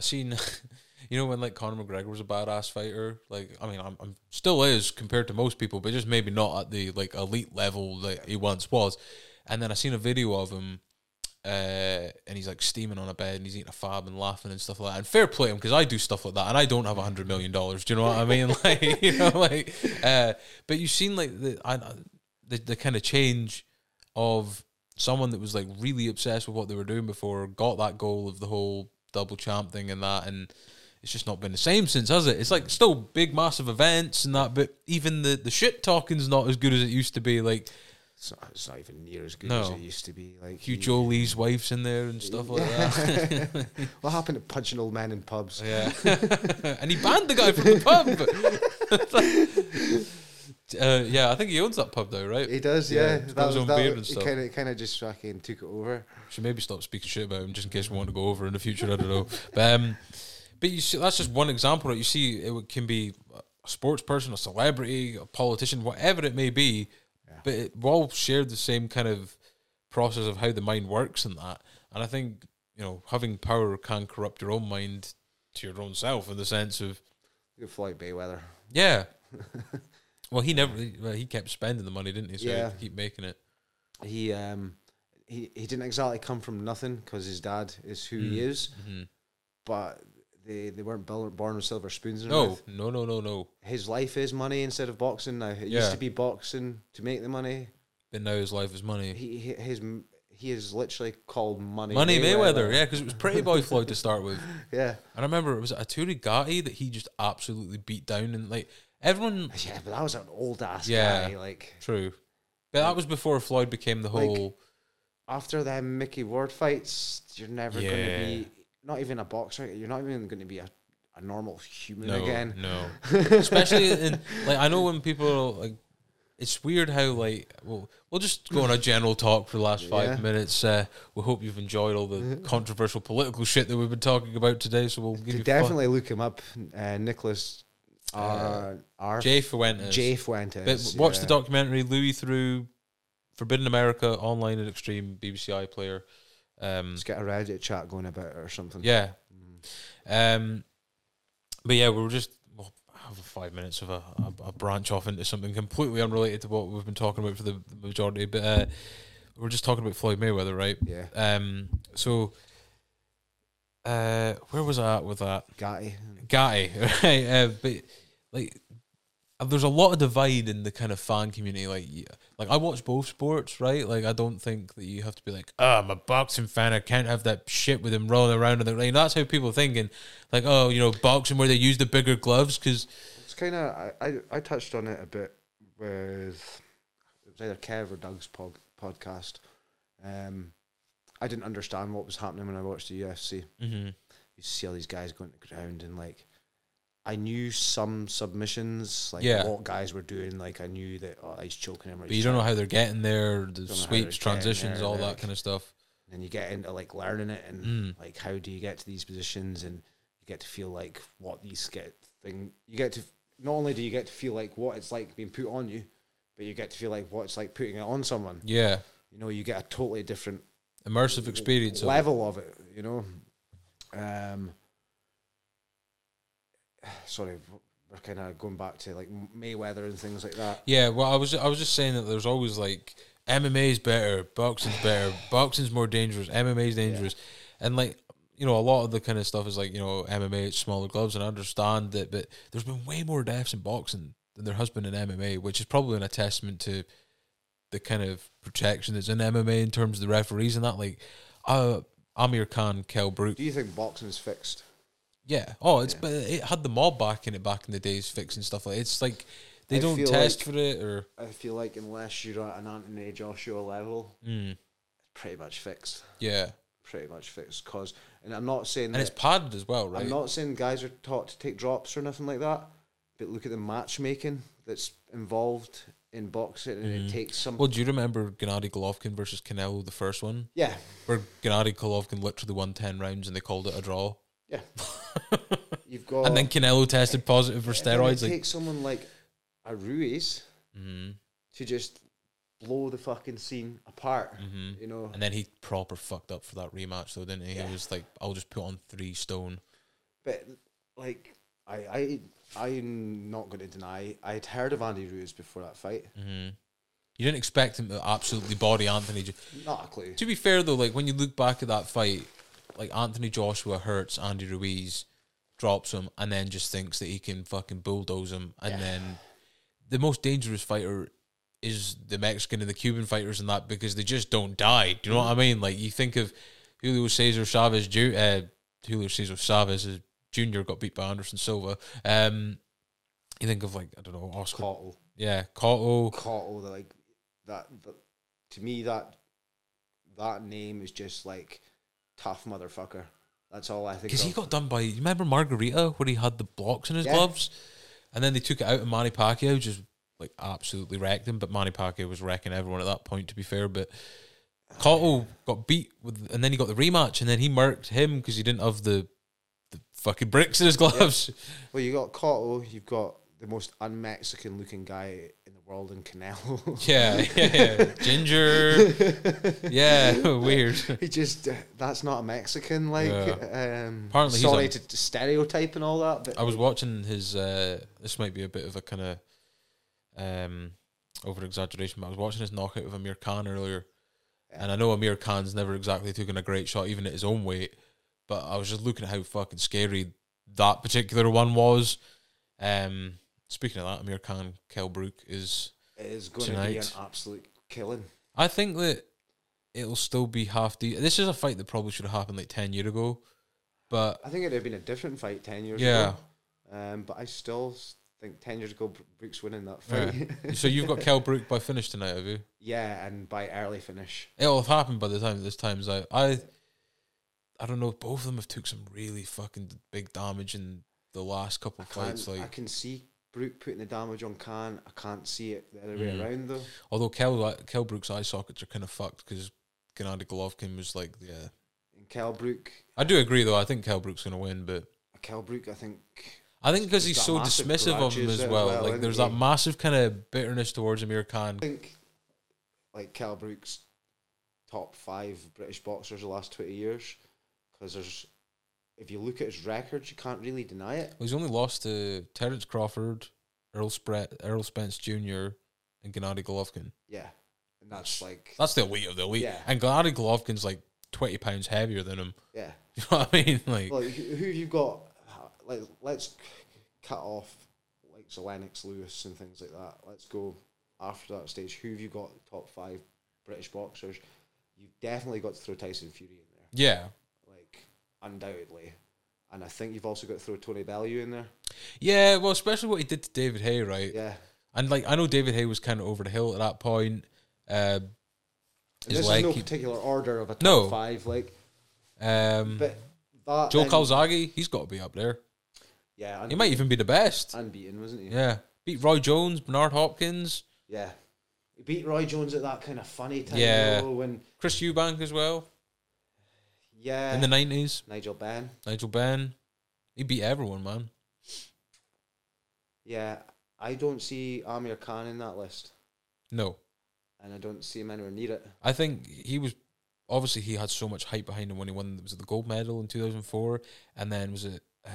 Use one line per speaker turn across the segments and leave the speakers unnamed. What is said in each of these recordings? seen, you know, when like Conor McGregor was a badass fighter. Like, I mean, I'm, I'm still is compared to most people, but just maybe not at the like elite level that he once was. And then I seen a video of him, uh, and he's like steaming on a bed and he's eating a fab and laughing and stuff like that. And fair play him because I do stuff like that, and I don't have a hundred million dollars. Do you know what I mean? Like, you know, like, uh, but you've seen like the I, the, the kind of change of someone that was like really obsessed with what they were doing before got that goal of the whole double champ thing and that and it's just not been the same since has it it's like still big massive events and that but even the the shit talking's not as good as it used to be like
It's not, it's not even near as good
No.
as it used to be. Like
Hugh
he-
Jolie's wife's in there and stuff like that
What happened to punching old men in pubs?
yeah and he banned the guy from the pub uh, yeah I think he owns that pub though right
He does,
Yeah,
yeah.
he's got his own beard and stuff.
He kind of, kind of just fucking took it over.
Should maybe stop speaking shit about him just in case we want to go over in the future. I don't know. But um, but you see, that's just one example. Right? You see, it can be a sports person, a celebrity, a politician, whatever it may be. But it, we all share the same kind of process of how the mind works and that. And I think you know having power can corrupt your own mind to your own self in the sense of
Look at Floyd Bayweather.
yeah. Well, he never. Well, he kept spending the money, didn't he? So he
Yeah.
had to keep making it.
He um, he he didn't exactly come from nothing because his dad is who
Mm,
he is,
mm-hmm.
but they they weren't bul- born with silver spoons. in their
No,
mouth.
no, no, no, no.
his life is money instead of boxing now. It
Yeah.
used to be boxing to make the money.
But now his life is money.
He he- his m- he is literally called money.
Money Mayweather, yeah, because it was Pretty Boy Floyd to start with.
yeah,
And I remember it was Aturi Gatti that he just absolutely beat down and like everyone.
yeah. But that was an old ass
Yeah.
guy. Like
True, but that was before Floyd became the
Like,
whole.
after them Mickey Ward fights, you're never
Yeah.
going to be not even a boxer. You're not even going to be a, a normal human
no,
again.
no. Especially in like I know when people are like, it's weird how like well we'll just go on a general talk for the last five
Yeah.
minutes. Uh, we hope you've enjoyed all the controversial political shit that we've been talking about today. So we'll give
To
you
definitely look him up, uh, Nicholas R. R.
fun. Jay Fuentes.
J. Fuentes.
Uh, But watch the
yeah.
documentary Louis through Forbidden America online at Extreme BBC iPlayer. Um,
Let's get a Reddit chat going about it or something. Mm,
yeah. Um, but yeah, we were just well, have five minutes of a, a, a branch off into something completely unrelated to what we've been talking about for the, the majority. But uh, we we're just talking about Floyd Mayweather, right?
Yeah.
Um, so uh, where was I at with that?
Gatti.
Gatti, right? Uh, but like, uh, there's a lot of divide in the kind of fan community. Like, y- like I watch both sports, right? Like, I don't think that you have to be like, oh, I'm a boxing fan. I can't have that shit with him rolling around on the ring. That's how people are thinking, like, oh, you know, boxing where they use the bigger gloves because
It's kind of, I, I, I touched on it a bit with, it was either Kev or Doug's pod, podcast. Um, I didn't understand what was happening when I watched the UFC. you see all these guys going to the ground and like I knew some submissions, like
Yeah.
what guys were doing. Like I knew that oh, he's choking him. Or
but you
he's
don't know how they're getting there, the
how
sweeps,
they're getting
transitions,
there,
all
they're
that
like-
kind of stuff.
and you get into like learning it and
Mm.
like how do you get to these positions and you get to feel like what these get thing you get to not only do you get to feel like what it's like being put on you, but you get to feel like what it's like putting it on someone.
Yeah,
You know, you get a totally different
immersive experience. Of it.
level of it, you know. Um, sorry, we're kind of going back to like Mayweather and things like that.
Yeah, well, I was I was just saying that there's always like MMA's better, boxing's better, boxing's more dangerous, MMA's dangerous, and like you know a lot of the kind of stuff is like you know MMA it's smaller gloves, and I understand that, but there's been way more deaths in boxing than there has been in MMA, which is probably an a testament to the kind of protection that's in MMA in terms of the referees and that. Like, uh, Amir Khan, Kel Brook,
Do you think boxing's fixed?
yeah. Oh, it's but it had the mob back in it back in the days, fixing stuff like it's like. They
I
don't
feel
test
like-
for it, or
I feel like unless you're at an Anthony Joshua level,
Mm.
pretty much fixed.
yeah,
Pretty much fixed. Cause, and I'm not saying
And
that,
it's padded as well, right?
I'm not saying guys are taught to take drops or nothing like that. But look at the matchmaking that's involved in boxing, and it takes some.
Mm. well, do you remember Gennady Golovkin versus Canelo, the first one,
yeah,
where Gennady Golovkin literally won ten rounds and they called it a draw,
yeah. You've got
and then Canelo tested positive for
And
steroids.
It
Like,
takes someone like a Ruiz
Mm-hmm.
to just blow the fucking scene apart.
Mm-hmm.
You know,
and then he proper fucked up for that rematch, though, didn't he?
Yeah.
He was like, "I'll just put on three stone."
But like I I I'm not going to deny I'd heard of Andy Ruiz before that fight.
You didn't expect him to absolutely body Anthony. Jo-
Not a clue.
To be fair though, like when you look back at that fight, like Anthony Joshua hurts Andy Ruiz, drops him, and then just thinks that he can fucking bulldoze him, and then the most dangerous fighter is the Mexican and the Cuban fighters and that because they just don't die. Do you know what I mean? Like you think of Julio Cesar Chavez, Ju- uh, Julio Cesar Chavez is junior got beat by Anderson Silva. Um, you think of like I don't know Oscar,
Cottle,
yeah, Cotto.
Cottle, they're like that, that. To me, that that name is just like tough motherfucker. That's all I think.
Because he
of.
got done by. You remember Margarita where he had the blocks in his
Yeah.
gloves, and then they took it out, and Manny Pacquiao just like absolutely wrecked him. But Manny Pacquiao was wrecking everyone at that point, to be fair. But Cotto got beat, with, and then he got the rematch, and then he murked him because he didn't have the the fucking bricks in his gloves.
Well, you got Cotto. You've got the most un-Mexican looking guy in the world in Canelo.
Yeah, yeah, yeah. ginger. Yeah, weird.
he just uh, that's not a Mexican. Like, um,
Apparently he's
sorry
a-
to, to stereotype and all that, but
I was watching his. Uh, this might be a bit of a kind of um, over exaggeration, but I was watching his knockout of Amir Khan earlier, and I know Amir Khan's never exactly taken a great shot, even at his own weight. But I was just looking at how fucking scary that particular one was. Um, speaking of that, Amir Khan, Kell Brook is.
it is going to be an
Tonight.
absolute killing.
I think that it'll still be half the. This is a fight that probably should have happened like ten year ago, but
I think it'd have been a different fight ten years
yeah.
ago. Um, but I still s- think ten years ago Br- Brooks winning that
yeah.
fight.
so you've got Kell Brook by finish tonight, have you?
yeah, and by early finish.
It'll have happened by the time this time's out. I I don't know. Both of them have took some really fucking big damage in the last couple of
Can't-
fights.
I
Like,
can see Brooke putting the damage on Khan. I can't see it the other way
Mm.
around though.
although Kel uh, Kel Brook's eye sockets are kind of fucked because Gennady Golovkin was like, yeah.
And Kel Brook,
I do agree though. I think Kel Brook's gonna win, but
Kel Brook, I think
I think because
He's
he's
got
so
massive
dismissive of him
grudges
as
as
well.
well,
like,
hasn't
there's
he?
that massive kind of bitterness towards Amir Khan.
I think like Cal Brook's top five British boxers the last twenty years because there's if you look at his records, you can't really deny it.
Well, he's only lost to Terence Crawford, Earl Spre- Earl Spence Jr., and Gennady Golovkin.
Yeah, and that's like
That's the elite of the elite.
Yeah.
And Gennady Golovkin's like twenty pounds heavier than him.
yeah.
You know what I mean? Like,
Like who who have you got? Like let's cut off like Lennox Lewis and things like that. Let's go after that stage. Who have you got top five British boxers? You've definitely got to throw Tyson Fury in there,
yeah,
like undoubtedly. And I think you've also got to throw Tony Bellew in there.
yeah. Well, especially what he did to David Hay, right?
Yeah.
And like, I know David Hay was kind of over the hill at that point. Uh,
And
his
this
leg,
is no
he-
particular order of a top
No.
five, like,
um,
but that
Joe
then-
Calzaghe, he's got to be up there.
yeah,
He
un-
might even be the best.
unbeaten, wasn't he?
Yeah, beat Roy Jones, Bernard Hopkins,
Yeah. he beat Roy Jones at that kind of funny time,
Yeah.
though, when
Chris Eubank as well
yeah,
in the nineties.
Nigel Benn,
Nigel Benn, he beat everyone, man.
yeah, I don't see Amir Khan in that list,
No,
and I don't see him anywhere near it.
I think he was obviously he had so much hype behind him when he won was it the gold medal in 2004 and then was it, uh,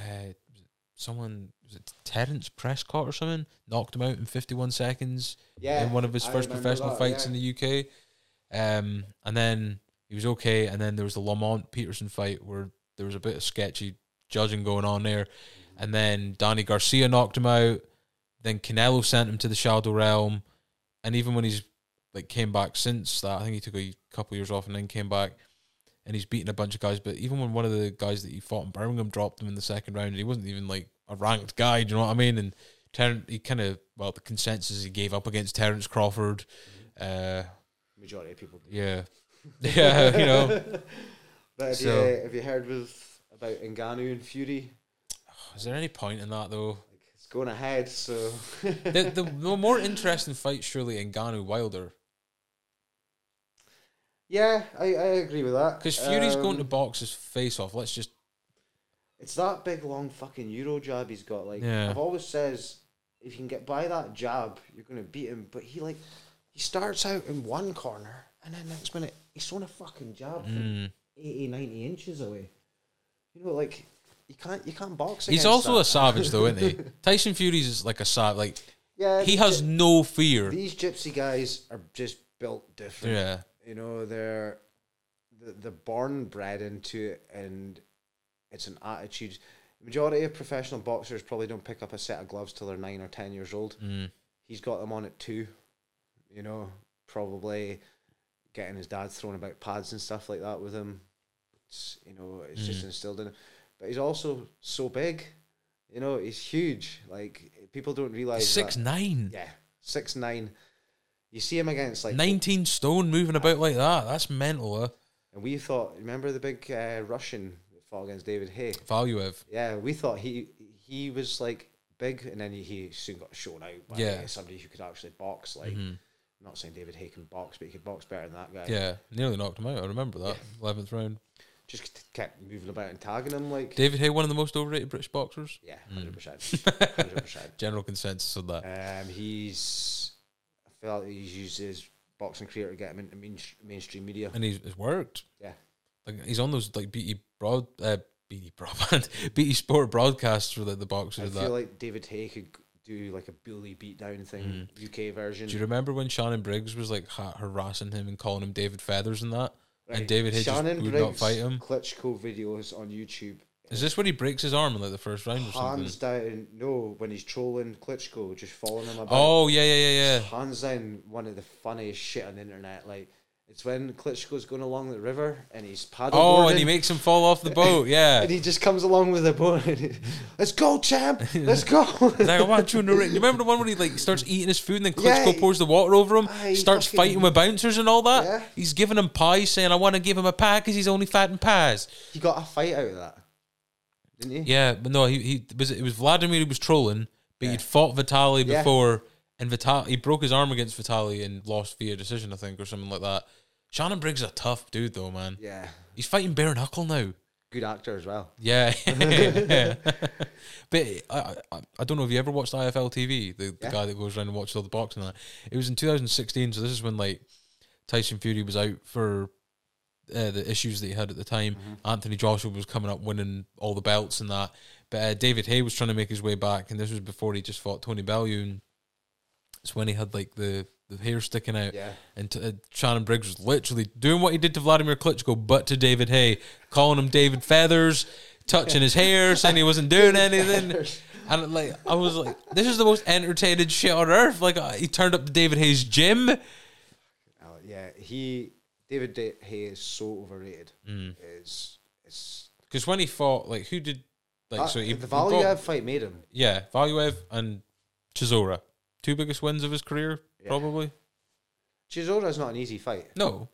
was it someone was it Terence Prescott or something knocked him out in 51 seconds
Yeah,
in one of his
I
first
remember
professional
that,
fights
yeah.
in the UK um and then he was okay and then there was the Lamont Peterson fight where there was a bit of sketchy judging going on there
Mm-hmm.
and then Danny Garcia knocked him out then Canelo sent him to the shadow realm and even when he's like came back since that. I think he took a couple years off and then came back, and he's beaten a bunch of guys. But even when one of the guys that he fought in Birmingham dropped him in the second round, he wasn't even like a ranked guy. Do you know what I mean? And Terrence, he kind of well, the consensus he gave up against Terence Crawford, uh,
Majority of people. do.
yeah, yeah, you know,
But have,
So-
you, have you heard with about Ngannou and Fury?
is there any point in that though?
Like, it's going ahead, so
The the, the more interesting fight surely in Ganu Wilder
yeah, I, I agree with that.
because Fury's going to
Um,
box his face off. Let's just
It's that big long fucking Euro jab he's got. Like
Yeah.
I've always says, if you can get by that jab, you're gonna beat him. But he like he starts out in one corner and then next minute he's throwing a fucking jab from
mm,
80, 90 inches away. You know, like you can't you can't box.
He's
against
also
that.
a savage, though, isn't he? Tyson Fury's is like a savage. Like
yeah.
he has no fear.
these gypsy guys are just built different.
Yeah,
You know they're the the born bred into it, and it's an attitude. The majority of professional boxers probably don't pick up a set of gloves till they're nine or ten years old.
Mm.
He's got them on at two. You know, probably getting his dad throwing about pads and stuff like that with him. It's, you know, it's just
Mm.
instilled in him. But he's also so big. You know, he's huge. Like people don't realize
six
that.
nine,
Yeah, six nine. You see him against like,
nineteen stone, moving about like that. That's mental. Uh,
and we thought. Remember the big uh, Russian that fought against David Hay?
value of
Yeah, we thought he he was like big, and then he, he soon got shown out by
Yeah. Mm-hmm.
somebody who could actually box. Like, not saying David Hay can box, but he could box better than that guy.
yeah, nearly knocked him out. I remember that eleventh round.
just kept moving about and tagging him. Like,
David Hay, one of the most overrated British boxers.
yeah, hundred percent, hundred percent.
General consensus on that.
Um, he's I feel like he's used his boxing career to get him into main, mainstream media.
And he's it's worked.
Yeah,
Like he's on those like BT broad, uh, BT broadband, BT E Sport broadcasts for the, the boxers.
I
of
feel
that.
like David Hay could g- do like a bully beatdown thing,
Mm.
UK version.
Do you remember when Shannon Briggs was like ha- harassing him and calling him David Feathers and that? And
Right.
David Hay just would not fight him.
Klitschko videos on YouTube.
Is this when he breaks his arm in like the first round or something?
Hands down, no, when he's trolling Klitschko, just following him about.
Oh yeah, yeah, yeah, yeah.
Hands down, one of the funniest shit on the internet. Like, it's when Klitschko's going along the river and he's paddleboarding.
Oh, and he makes him fall off the boat. Yeah.
and he just comes along with a boat. And he, Let's go, champ! Let's go!
He's like, I want you in the ring. You remember the one where he like starts eating his food and then
Yeah,
Klitschko
he-
pours the water over him,
Aye, he
starts
fucking-
fighting with bouncers and all that.
Yeah.
He's giving him pies, saying, "I want to give him a pie because he's only fat and pies."
he got a fight out of that, didn't he?
Yeah, but no, he, he was it was Vladimir who was trolling, but he'd fought Vitali
Yeah.
before, and Vitali he broke his arm against Vitali and lost via decision, I think, or something like that. Shannon Briggs is a tough dude though, man.
Yeah,
He's fighting Baron Huckle now.
good actor as well.
Yeah, but I, I I don't know if you ever watched IFL TV, the, the
Yeah.
guy that goes around and watches all the boxing. And that. It was in 2016, so this is when like Tyson Fury was out for uh, the issues that he had at the time. Anthony Joshua was coming up winning all the belts and that. But uh, David Hay was trying to make his way back, and this was before he just fought Tony Bellew. It's when he had like the, the hair sticking out.
Yeah.
And t- uh, Shannon Briggs was literally doing what he did to Vladimir Klitschko, but to David Hay, calling him David Feathers, touching his hair, saying he wasn't doing anything. And like, I was like, this is the most entertaining shit on earth. Like, uh, he turned up to David Hay's gym.
Uh, yeah, he David Da- Hay is so overrated.
Mm.
It's it's
Because when he fought, like, who did, like,
uh,
so he,
the
he fought-
Valiev fight made him.
yeah, Valuev and Chisora, two biggest wins of his career, probably.
Chisora's not an easy fight,
No,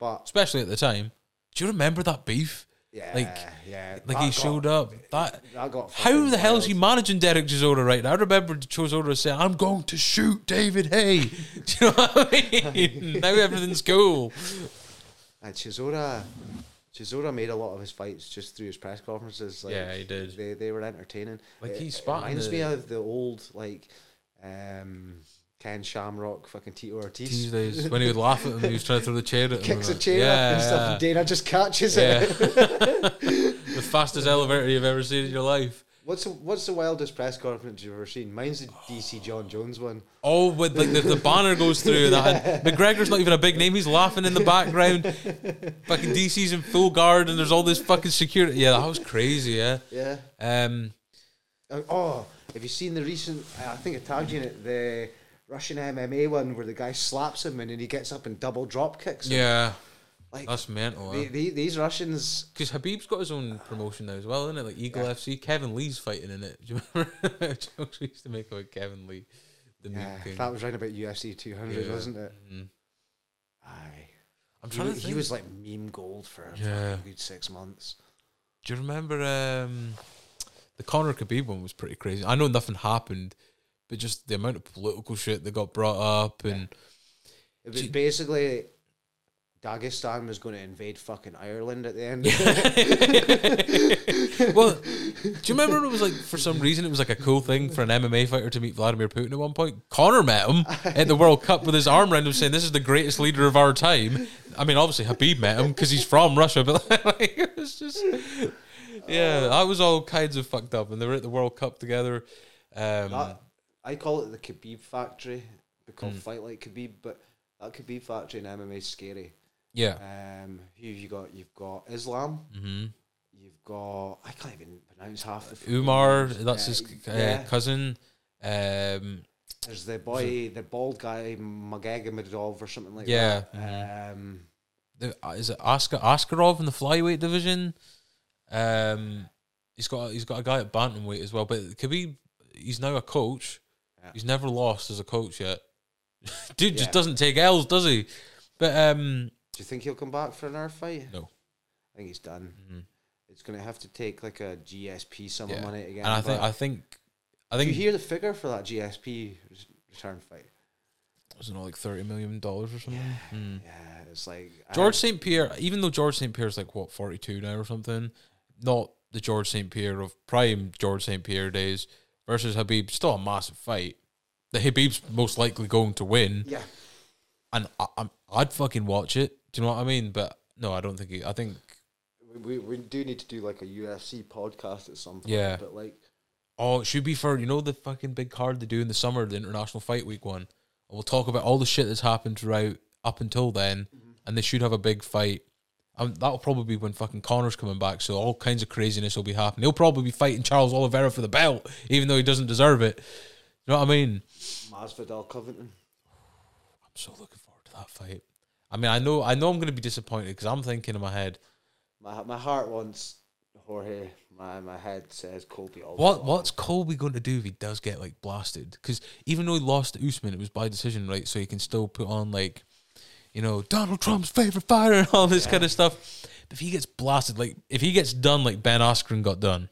but
especially at the time. Do you remember that beef?
yeah, yeah,
Like he
that
showed
got-
up. That
That got
How the
fucking
hell is he
wild.
managing Derek Chisora right now? I remember Chisora saying, I'm going to shoot David Hay. Do you know what I mean? now everything's cool.
And Chisora, Chisora made a lot of his fights just through his press conferences. Like,
Yeah, he did.
They, they were entertaining.
Like,
It-
he
it
spotted
reminds me
the-
of the old like um, Ken Shamrock, fucking Tito Ortiz.
Tuesdays, when he would laugh at him, he was trying to throw the chair at him.
Kicks a chair up and stuff, and Dana just catches it.
Yeah. the fastest elevator you've ever seen in your life.
What's the, what's the wildest press conference you've ever seen? Mine's the DC John Jones one.
Oh, with like the, the banner goes through and that. And McGregor's not even a big name. He's laughing in the background. fucking DC's in full guard, and there's all this fucking security. Yeah, that was crazy. Yeah.
Yeah.
Um.
Uh, Oh, have you seen the recent? I think I tagged you in it. The Russian MMA one where the guy slaps him and then he gets up and double drop kicks. Him.
Yeah.
Like
That's mental.
the, the, these Russians.
Because Habib's got his own promotion now as well, isn't it? Like Eagle FC. Kevin Lee's fighting in it. Do you remember jokes we used to make about Kevin Lee? The meme
Yeah,
king.
that was right about UFC 200,
Yeah.
wasn't it?
Mhm.
Aye.
I'm
He,
trying
wa-
to
he
think.
was like meme gold for a
Yeah.
fucking good six months.
Do you remember um, the Conor Khabib one was pretty crazy. I know nothing happened, but just the amount of political shit that got brought up and
It was
Gee.
basically Dagestan was going to invade fucking Ireland at the end.
well, do you remember when it was like for some reason it was like a cool thing for an MMA fighter to meet Vladimir Putin at one point? Connor met him at the World Cup with his arm around him, saying, "This is the greatest leader of our time." I mean, obviously Habib met him because he's from Russia, but like, it was just yeah, that was all kinds of fucked up, and they were at the World Cup together. Um,
That, I call it the Khabib factory
Mm.
because fight like Khabib, but that Khabib factory in MMA is scary.
yeah,
Um, who have you got? You've got Islam.
hmm
You've got I can't even pronounce half the. fucking
Umar,
names.
that's
Uh,
his c- uh,
yeah.
cousin. Um,
There's the boy, the bald guy, Magagamadov or something like
yeah, mm-hmm.
that. Yeah. Um,
the, uh, is it Oscar Askarov in the flyweight division? Um, he's got he's got a guy at bantamweight as well, but Khabib, he's now a coach.
Yeah.
He's never lost as a coach yet. Dude
Yeah.
just doesn't take L's, does he? But um,
do you think he'll come back for another fight?
No.
I think he's done.
mhm.
It's going to have to take like a GSP sum of
Yeah.
money again.
and I think
but-
I think I
Do
think
you hear the figure for that GSP res- return fight?
wasn't it like thirty million dollars or something? Mm.
Yeah, it's like I-
George St. Pierre, even though George St. Pierre's like what, 42 now or something, not the George St. Pierre of prime George St. Pierre days versus Habib, still a massive fight. The Habib's most likely going to win,
yeah,
and I, I'm, I'd fucking watch it. Do you know what I mean? But no, I don't think he, I think,
we, we, we do need to do like a UFC podcast at some point.
Yeah.
but like
oh, it should be for, you know, the fucking big card they do in the summer, the International Fight Week one. And we'll talk about all the shit that's happened throughout up until then, and they should have a big fight. Um, that'll probably be when fucking Connor's coming back, so all kinds of craziness will be happening. He'll probably be fighting Charles Oliveira for the belt, even though he doesn't deserve it. You know what I mean?
Masvidal Covington.
I'm so looking forward to that fight. I mean, I know, I know, I'm going to be disappointed because I'm thinking in my head,
My my heart wants Jorge. My my head says Colby. All
what what's Colby going to do if he does get like blasted? Because even though he lost to Usman, it was by decision, right? So he can still put on like, you know, Donald Trump's favorite fighter and all this kind of stuff. But if he gets blasted, like if he gets done like Ben Askren got done,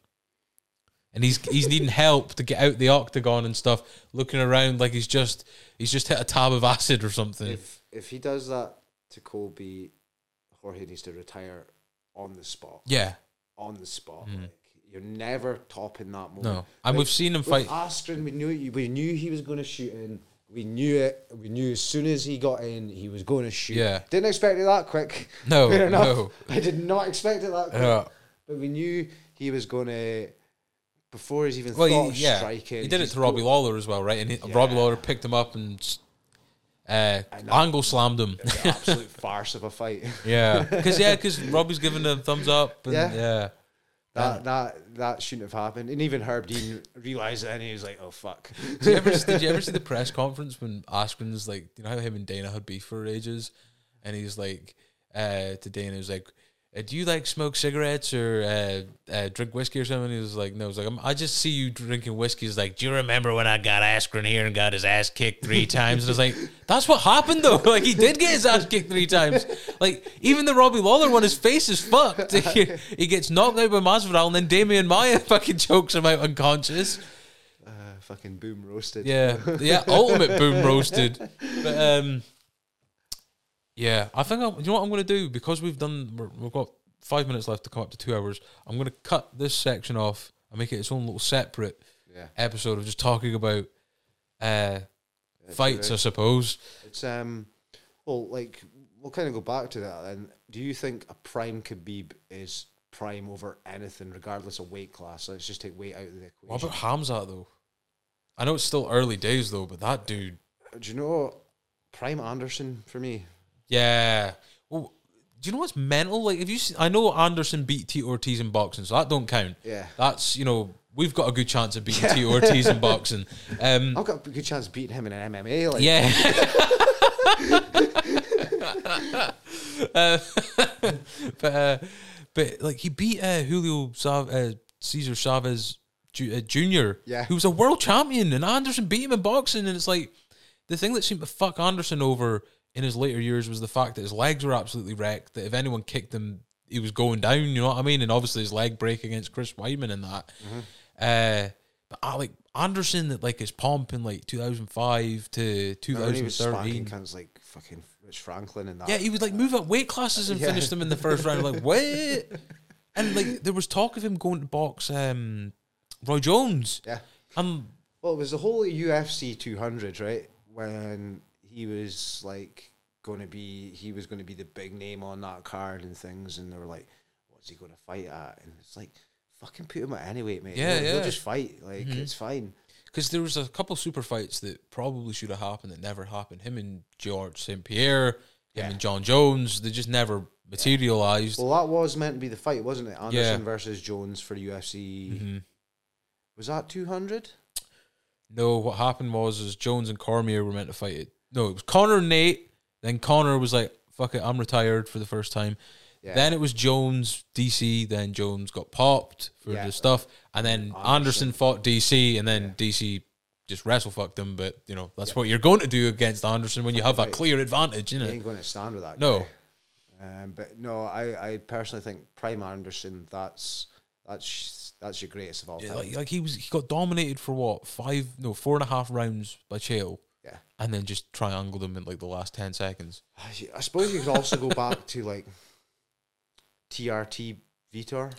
and he's he's needing help to get out the octagon and stuff, looking around like he's just he's just hit a tab of acid or something.
if if he does that to Colby, Jorge needs to retire on the spot.
yeah,
On the spot, like, you're never topping that moment.
Mm. no, and we've seen him
With
fight.
Astrid, we knew we knew he was going to shoot in. We knew it. We knew as soon as he got in, he was going to shoot.
Yeah.
Didn't expect it that quick.
No,
Fair enough.
no.
I did not expect it that quick.
Yeah.
But we knew he was going to before he's even
Well,
thought
he, yeah,
striking.
he did it
he's
to Robbie
go-
Lawler as well, right? And he, Robbie Lawler picked him up and uh, angle slammed him.
Absolute farce of a fight.
yeah, because yeah, because Robbie's giving a thumbs up. And, yeah,
Yeah. That that that shouldn't have happened. And even Herb Dean realized it, and he was like, "Oh fuck."
Did you, ever, did you ever see the press conference when Askren's like, you know how him and Dana had beef for ages, and he's like, uh, to Dana, he's like. Uh, do you like smoke cigarettes or uh, uh, drink whiskey or something? He was like, no. He's like, I'm, I just see you drinking whiskey. He's like, do you remember when I got Askren here and got his ass kicked three times? And I was like, that's what happened though. Like he did get his ass kicked three times. Like even the Robbie Lawler one, his face is fucked. He, he gets knocked out by Masvidal, and then Damian Maya fucking chokes him out unconscious.
Uh, fucking boom roasted.
Yeah, yeah, ultimate boom roasted. But um, yeah, I think I'll, you know what I'm going to do because we've done we're, we've got five minutes left to come up to two hours. I'm going to cut this section off and make it its own little separate
Yeah.
episode of just talking about uh,
Yeah,
fights, I suppose.
It's um, well, like we'll kind of go back to that. Then, do you think a prime Khabib is prime over anything, regardless of weight class? Let's just take weight out of the
What
equation.
about Hamza though? I know it's still early days though, but that dude,
Do you know prime Anderson for me?
yeah. Well, do you know what's mental? Like, if you, seen, I know Anderson beat T Ortiz in boxing, so that don't count.
Yeah,
that's you know we've got a good chance of beating Tito Ortiz in boxing. Um,
I've got a good chance of beating him in an MMA. Like,
yeah. Uh, but uh, but like he beat uh, Julio Sav- uh, Cesar Chavez Ju- uh, Jr.
Yeah.
who was a world champion, and Anderson beat him in boxing, and it's like the thing that seemed to fuck Anderson over in his later years was the fact that his legs were absolutely wrecked. That if anyone kicked him, he was going down. You know what I mean? And obviously his leg break against Chris Weidman and that.
Mm-hmm.
Uh, but I like Anderson that like his pomp in like 2005 to
Remember when he was
2013.
spanking cunts like fucking Rich Franklin and that.
Yeah, he would like move up weight classes and finish them in the first round. Like what? And like there was talk of him going to box um, Roy Jones.
yeah.
Um,
Well, it was the whole UFC 200, right? When he was like going to be, he was going to be the big name on that card and things, and they were like, "What's he going to fight at?" And it's like, fucking put him at any weight, mate.
Yeah,
he'll, he'll
yeah.
just fight. Like
Mhm.
it's fine.
Because there was a couple super fights that probably should have happened that never happened. Him and George St. Pierre, him
Yeah.
and John Jones, they just never materialized.
Well, that was meant to be the fight, wasn't it? Anderson
Yeah.
versus Jones for UFC.
Mhm.
Was that two hundred?
No, what happened was is Jones and Cormier were meant to fight it. No, it was Connor and Nate. Then Connor was like, "Fuck it, I'm retired for the first time."
Yeah.
Then it was Jones DC. Then Jones got popped for
Yeah.
the stuff, and then Anderson,
Anderson.
fought DC, and then
Yeah.
DC just wrestle fucked him. But you know that's what you're going to do against Anderson when you have a
right.
clear advantage,
He
isn't it?
ain't going to stand with that.
No.
guy. Um, but no, I, I personally think Prime Anderson. That's that's that's your greatest of all
Yeah,
time.
Like, like he was, he got dominated for what five, no, four and a half rounds by Chael,
yeah.
and then just triangled him in like the last ten seconds.
I- I suppose you could also go back to like TRT Vitor.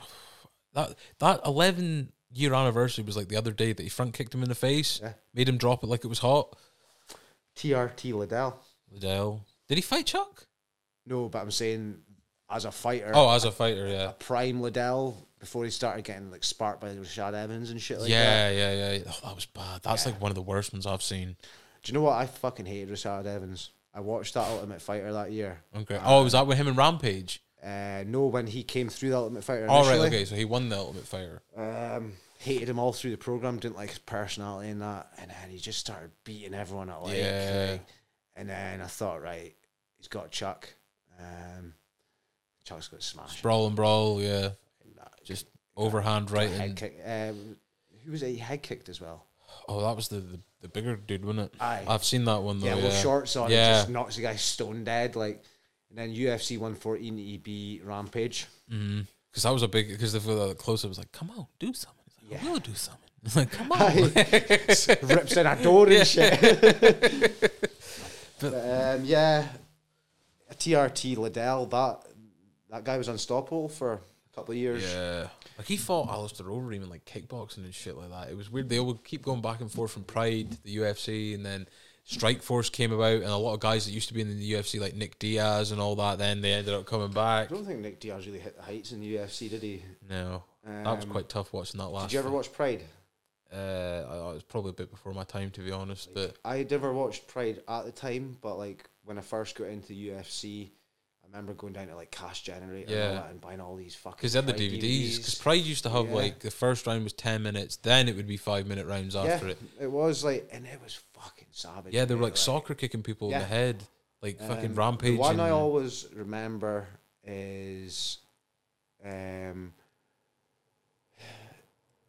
that that eleven year anniversary was like the other day that he front kicked him in the face,
Yeah.
made him drop it like it was hot.
TRT Liddell.
Liddell, did he fight Chuck?
No, but I'm saying as a fighter,
Oh, as a fighter, yeah,
a prime Liddell before he started getting like sparked by Rashad Evans and shit like that.
yeah, yeah, yeah, yeah. Oh, that was bad. That's
Yeah.
like one of the worst ones I've seen.
Do you know what? I fucking hated Rashad Evans. I watched that Ultimate Fighter that year.
Okay. oh, was that with him and Rampage?
Uh, no, when he came through the Ultimate Fighter
All
initially,
right, okay. So he won the Ultimate Fighter.
um, hated him all through the program. Didn't like his personality and that. And then he just started beating everyone at like.
Yeah.
like, and then I thought, right, he's got Chuck. Um, Chuck's got smashed.
Brawl and brawl, yeah.
Nah,
Just overhand right
head
and
kick. Um, who was it? He head kicked as well.
oh, that was the, the, the bigger dude, wasn't it?
Aye.
I've seen that one though.
yeah,
Oh, Yeah,
with shorts on,
Yeah.
it just knocks the guy stone dead. Like, and then UFC 114 EB Rampage.
because that was a big because the the close up was like, come on, do something. He's like,
Yeah.
I will do something. It's like, come on.
Oh. Aye. Rips in a door and shit. but, um, yeah, TRT Liddell. That that guy was unstoppable for a couple of years.
Yeah. Like he fought Alistair Overeem in like kickboxing and shit like that. It was weird. They all would keep going back and forth from Pride, the UFC, and then Strike Force came about, and a lot of guys that used to be in the UFC, like Nick Diaz and all that, then they ended up coming back.
I don't think Nick Diaz really hit the heights in the UFC, did he?
No, that was
Um,
quite tough watching that last.
Did you ever
fight.
watch Pride?
Uh, I- I- it was probably a bit before my time, to be honest. But
I had never watched Pride at the time, but like when I first got into UFC, I remember going down to like Cash Generator and,
Yeah.
all that and buying all these fucking.
because they had the
Pride
DVDs, because Pride used to have
Yeah.
like the first round was ten minutes, then it would be five minute rounds after
yeah,
it.
was like, and it was fucking savage.
Yeah, they were
mate,
like soccer kicking people in
Yeah.
the head, like fucking
um,
rampage.
The one I
and-
always remember is, um,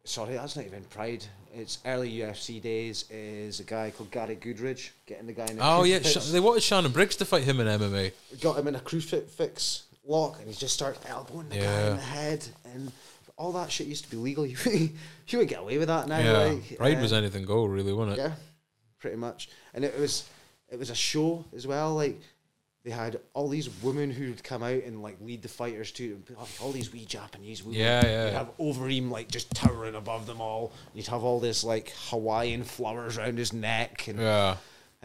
sorry, that's not even Pride. It's early UFC days. Is a guy called Gary Goodridge getting the guy in? the
Oh yeah,
crucifix.
Sh- they wanted Shannon Briggs to fight him in MMA.
got him in a crucifix lock and he just started elbowing the guy
Yeah.
in the head and all that shit used to be legal. You, you would get away with that now.
yeah,
like,
Pride
uh,
was anything go really, wasn't it?
yeah, pretty much. And it was it was a show as well. Like they had all these women who would come out and like lead the fighters to all these wee Japanese women.
Yeah, yeah.
You'd have Overeem like just towering above them all. You'd have all this like Hawaiian flowers around his neck and
Yeah,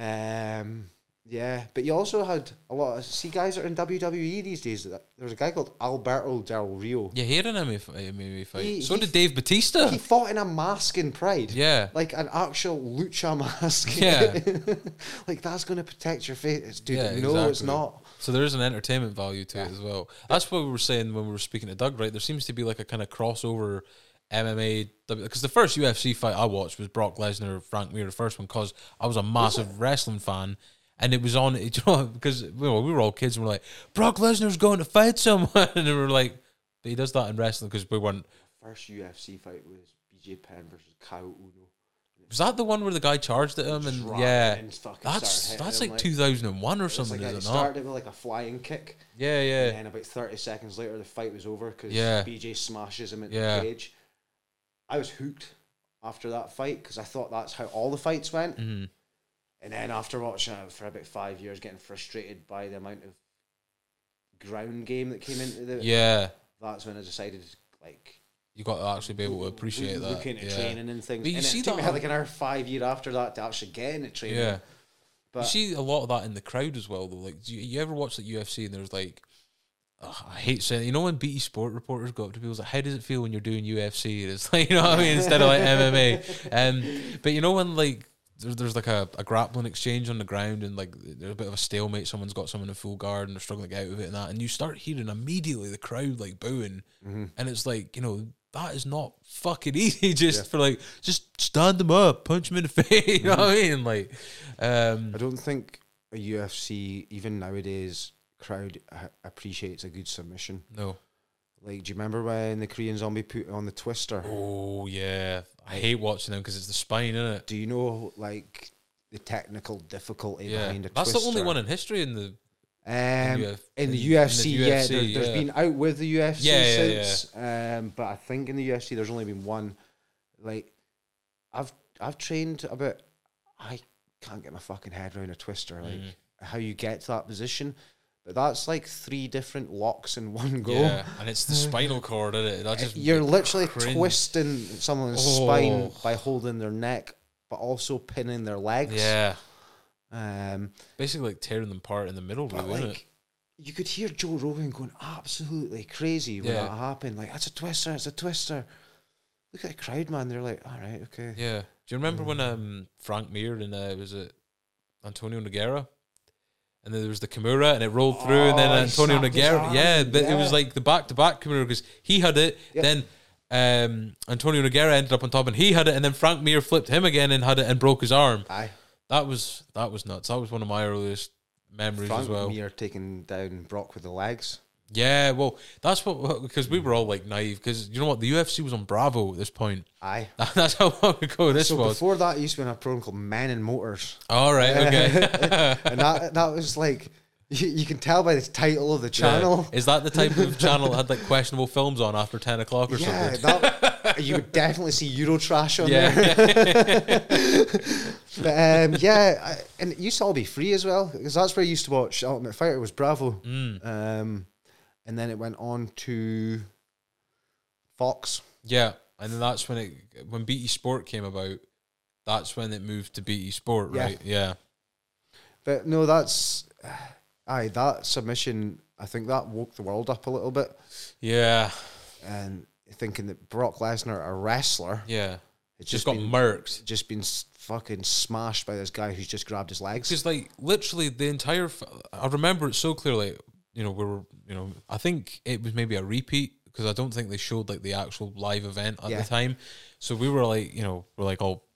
um, yeah, but you also had a lot of see guys that are in WWE these days. There was a guy called Alberto Del Rio.
yeah. He had an MMA fight. MMA fight.
He-
so
he-
did Dave Batista.
He fought in a mask in Pride.
Yeah.
like an actual lucha mask.
Yeah.
like that's going to protect your face, It's- dude.
Yeah,
no, it's
exactly.
not.
so there is an entertainment value to it as well. That's what we were saying when we were speaking to Doug. Right, there seems to be like a kind of crossover MMA. Because the first UFC fight I watched was Brock Lesnar Frank Mir, the first one, because I was a massive wrestling fan. And it was on, you know, because well, we were all kids and we're like, Brock Lesnar's going to fight someone. And we were like, but he does that in wrestling because we weren't
First UFC fight was BJ Penn versus Kyle Uno.
Was that the one where the guy charged at him and
Dropped
yeah,
and fucking
that's
started
that's
hitting
like,
him, like-
2001 or
It's
something,
like a,
is
it
it not?
started with like a flying kick,
Yeah,
and
yeah,
then about thirty seconds later, the fight was over because
Yeah.
BJ smashes him into
Yeah.
the cage. I was hooked after that fight because I thought that's how all the fights went.
hmm
And then after watching it for about five years, getting frustrated by the amount of ground game that came into the,
yeah.
that's when I decided like
You got to actually be able to appreciate
look
that.
into
yeah.
training and things.
But you
and
see
it took me
that-
like another five year after that to actually get into training.
Yeah.
But
you see a lot of that in the crowd as well, though. Like, do you, you ever watch the UFC and there's like Ugh, I hate saying, you know, when BT Sport reporters go up to people, it's like, how does it feel when you're doing UFC? And it's like, you know what I mean, instead of like MMA. Um, but you know, when like there's, there's like a, a grappling exchange on the ground and like there's a bit of a stalemate, someone's got someone in full guard and they're struggling to get out of it and that, and you start hearing immediately the crowd like booing, and it's like, you know, that is not fucking easy just for like, just stand them up, punch them in the face, you know what I mean? Like, um,
I don't think a UFC even nowadays crowd ha- appreciates a good submission.
no.
Like, do you remember when the Korean Zombie put on the Twister?
Oh yeah, I hate watching them because it's the spine in it.
Do you know like the technical difficulty
Yeah,
behind a
that's the only
Twister?
one in history in the.
Um,
Uf-
in
in
the
the
UFC, yeah,
UFC,
there, has
yeah.
been out with the UFC
Yeah, yeah, yeah.
since, Um, but I think in the UFC there's only been one. Like, I've I've trained a bit. I can't get my fucking head around a twister. Like
Mm.
how you get to that position, but that's like three different locks in one go.
Yeah, and it's the spinal cord in it. I just
Uh, You're literally
cringe.
twisting someone's
Oh.
spine by holding their neck, but also pinning their legs.
yeah,
Um,
basically like tearing them apart in the middle,
But
really, isn't it?
like, you could hear Joe Rogan going absolutely crazy when
Yeah.
that happened. Like, that's a twister, it's a twister. Look at the crowd, man. They're like, all right, okay.
Yeah. Do you remember when
mm.
um Frank Mir and uh, was it Antonio Nogueira? And then there was the Kimura, and it rolled through, and then
Oh, he
Antonio
snapped his
Nogueira.
arm,
Yeah, but it
yeah.
was like the back to back Kimura because he had it,
Yeah.
then. Um, Antonio Nogueira ended up on top, and he had it, and then Frank Mir flipped him again and had it and broke his arm.
Aye.
That was that was nuts. That was one of my earliest memories
Frank
as well.
Mir taking down Brock with the legs.
Yeah, well, that's what because we were all like naive because you know what the UFC was on Bravo at this point.
Aye.
That's how long ago this
So
was.
before that, I used to be on a program called Men and Motors.
All right, okay.
And that, that was like, you, you can tell by the title of the channel.
Yeah. Is that the type of channel that had like questionable films on after ten o'clock or
Yeah,
something?
that, you would definitely see Eurotrash on there.
Yeah,
But um, yeah, I, and it used to all be free as well because that's where I used to watch Ultimate Fighter was Bravo,
Mm.
um, and then it went on to Fox.
yeah. And then that's when it when BT Sport came about. That's when it moved to BT Sport,
Yeah.
right? Yeah,
But no, that's aye that submission. I think that woke the world up a little bit,
yeah,
and thinking that Brock Lesnar, a wrestler,
yeah.
it's
Just
just
got
been,
murked.
just been s- fucking smashed by this guy who's just grabbed his legs.
because like literally the entire f- i remember it so clearly you know we were you know i think it was maybe a repeat because i don't think they showed like the actual live event at
Yeah.
the time so we were like you know we're like all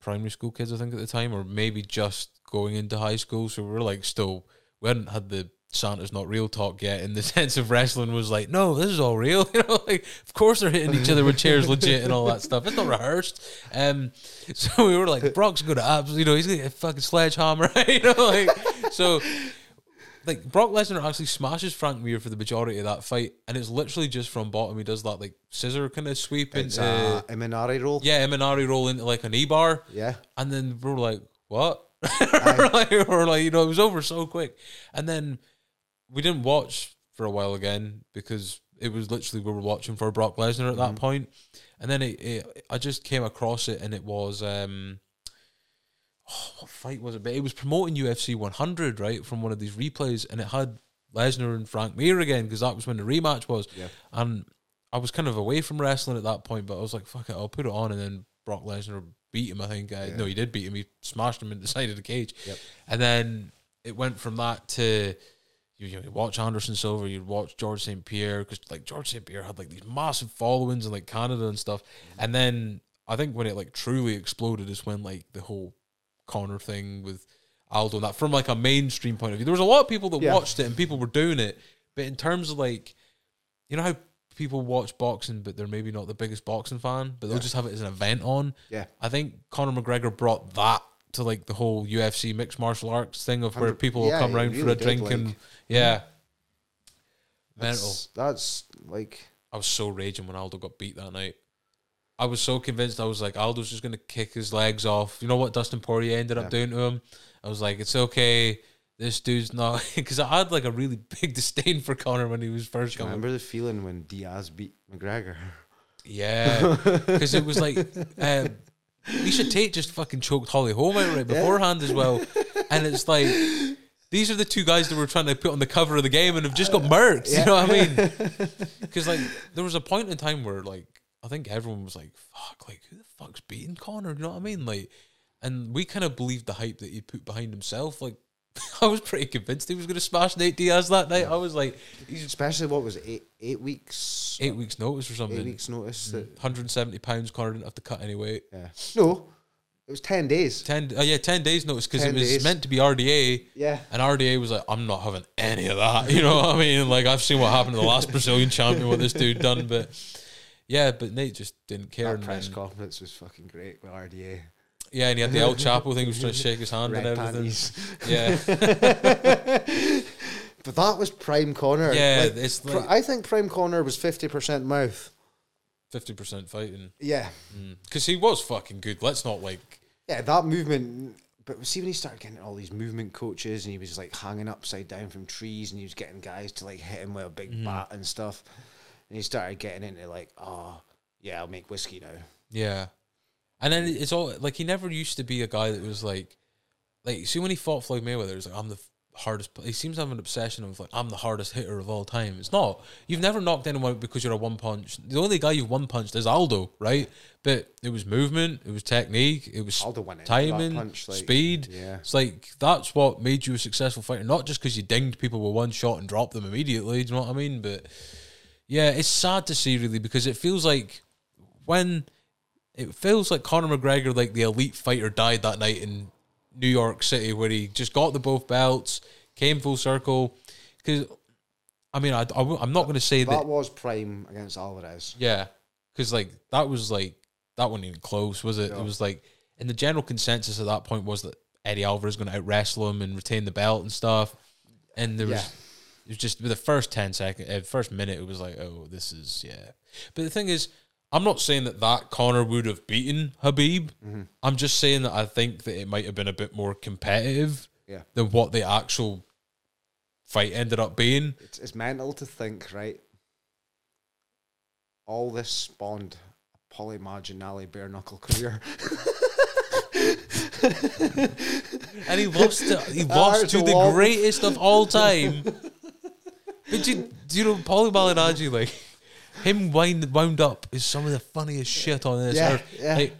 primary school kids i think at the time or maybe just going into high school so we were like still we hadn't had the santa's not real talk yet in the sense of wrestling was like no this is all real you know like of course they're hitting each other with chairs legit and all that stuff it's not rehearsed um so we were like brock's gonna absolutely you know he's gonna get a fucking sledgehammer you know like so like Brock Lesnar actually smashes Frank Mir for the majority of that fight, and it's literally just from bottom. He does that like scissor kind of sweep
It's
into
a Imanari roll.
uh, yeah, Minari roll into like an E bar,
Yeah.
and then we're like, what? we're, like, we're like, you know, it was over so quick, and then we didn't watch for a while again because it was literally we were watching for Brock Lesnar at
Mm-hmm.
that point, and then it, it I just came across it, and it was um. Oh, what fight was it? But it was promoting UFC 100, right, from one of these replays, and it had Lesnar and Frank Mir again because that was when the rematch was.
Yeah.
And I was kind of away from wrestling at that point, but I was like, "Fuck it, I'll put it on." And then Brock Lesnar beat him. I think. Uh, No, he did beat him. He smashed him in the side of the cage.
Yep.
And then it went from that to you, you, know, you watch Anderson Silva, you watch George St. Pierre, because like George St. Pierre had like these massive followings in like Canada and stuff.
Mm-hmm.
And then I think when it like truly exploded is when like the whole Connor thing with Aldo and that from like a mainstream point of view. There was a lot of people that
Yeah.
watched it and people were doing it. But in terms of like, you know how people watch boxing, but they're maybe not the biggest boxing fan, but they'll just have it as an event on.
Yeah.
I think Conor McGregor brought that to like the whole UFC mixed martial arts thing of where
Hundred-
people will
yeah,
come
it
round for
really
a
did,
drink
like-
and yeah. Mental.
That's, that's like
I was so raging when Aldo got beat that night. I was so convinced. I was like, Aldo's just gonna kick his legs off. You know what Dustin Poirier ended up doing to him? I was like, it's okay. This dude's not because I had like a really big disdain for Conor when he was first coming.
Remember the feeling when Diaz beat McGregor?
Yeah, because it was like um, Misha Tate just fucking choked Holly Holm out right beforehand as well, and it's like These are the two guys that we're trying to put on the cover of the game and have just got murked. You know what I mean? Because like there was a point in time where like I think everyone was like, "Fuck! Like who the fuck's beating Connor?" You know what I mean? Like, and we kind of believed the hype that he put behind himself. Like, I was pretty convinced he was going to smash Nate Diaz that night. I was like, "He's
Especially what was it, eight eight weeks
eight weeks notice or
eight
something."
weeks notice that
170 pounds. Connor didn't have to cut any weight.
yeah. No. It was Mm-hmm. ten days.
Ten, oh yeah, ten days notice because it
10
was
days.
meant to be RDA.
Yeah.
And RDA was like, I'm not having any of that. You know what I mean? Like, I've seen what happened to the last Brazilian champion, what this dude done. But yeah, but Nate just didn't care.
That
And
press
then,
conference was fucking great with RDA.
yeah, and he had the El Chapo thing, he was trying to shake his hand
Red
and everything.
panties.
Yeah,
But that was prime Connor.
Yeah, it's
Pri-
like-
I think prime Connor was fifty percent mouth.
50% fighting.
Yeah,
Because he was fucking good. Let's not like.
yeah, that movement. But see, when he started getting all these movement coaches, and he was like hanging upside down from trees, and he was getting guys to like hit him with a big
Mm-hmm.
bat and stuff, and he started getting into like, oh, yeah, I'll make whiskey now.
Yeah. And then it's all like he never used to be a guy that was like, like see when he fought Floyd Mayweather, it was like I'm the f- hardest. He seems to have an obsession of like I'm the hardest hitter of all time. It's not. You've never knocked anyone out because you're a one punch. The only guy you've one punched is Aldo, right? But it was movement, it was technique, it was
Aldo went into that
timing,
punch, like,
speed.
yeah.
It's like that's what made you a successful fighter, not just because you dinged people with one shot and dropped them immediately. Do you know what I mean? But yeah, it's sad to see really because it feels like when it feels like Conor McGregor, like the elite fighter, died that night in New York City, where he just got the both belts, came full circle. Because I mean, I, am not going to say
That
that.
was prime against Alvarez.
Yeah, because like that was like that wasn't even close, was it? It was like, and the general consensus at that point was that Eddie Alvarez going to out wrestle him and retain the belt and stuff. And there was,
Yeah.
it was just with the first ten second, uh, first minute, it was like, oh, this is yeah. But the thing is, I'm not saying that that Connor would have beaten Habib. I'm just saying that I think that it might have been a bit more competitive
Yeah.
than what the actual fight ended up being.
It's, it's mental to think, right? All this spawned a polymarginale bare knuckle career.
and he lost to he lost
Hard
to
to
the
walk.
greatest of all time. but you, do you know, Paulo Malignaggi, like him wind wound up is some of the funniest shit on this
Yeah,
earth.
yeah.
Like,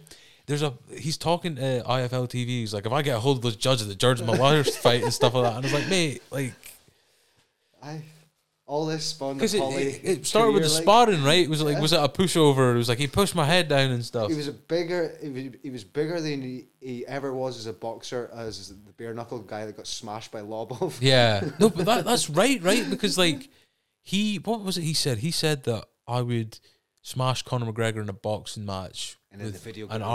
there's a he's talking to IFL TV. He's like, if I get a hold of those judges that judge my last fight and stuff like that, and I was like, mate, like
I all this spawned a
because it,
poly.
it, it started with the
career, like-
sparring, right? It was like, was it a pushover? It was like he pushed my head down and stuff.
He was a bigger. He was, he was bigger than he, he ever was as a boxer, as the bare knuckle guy that got smashed by Lobov.
Yeah. No, but that, that's right, right? Because like he what was it he said? He said that I would smash Conor McGregor in a boxing match
And then the video got
an
released.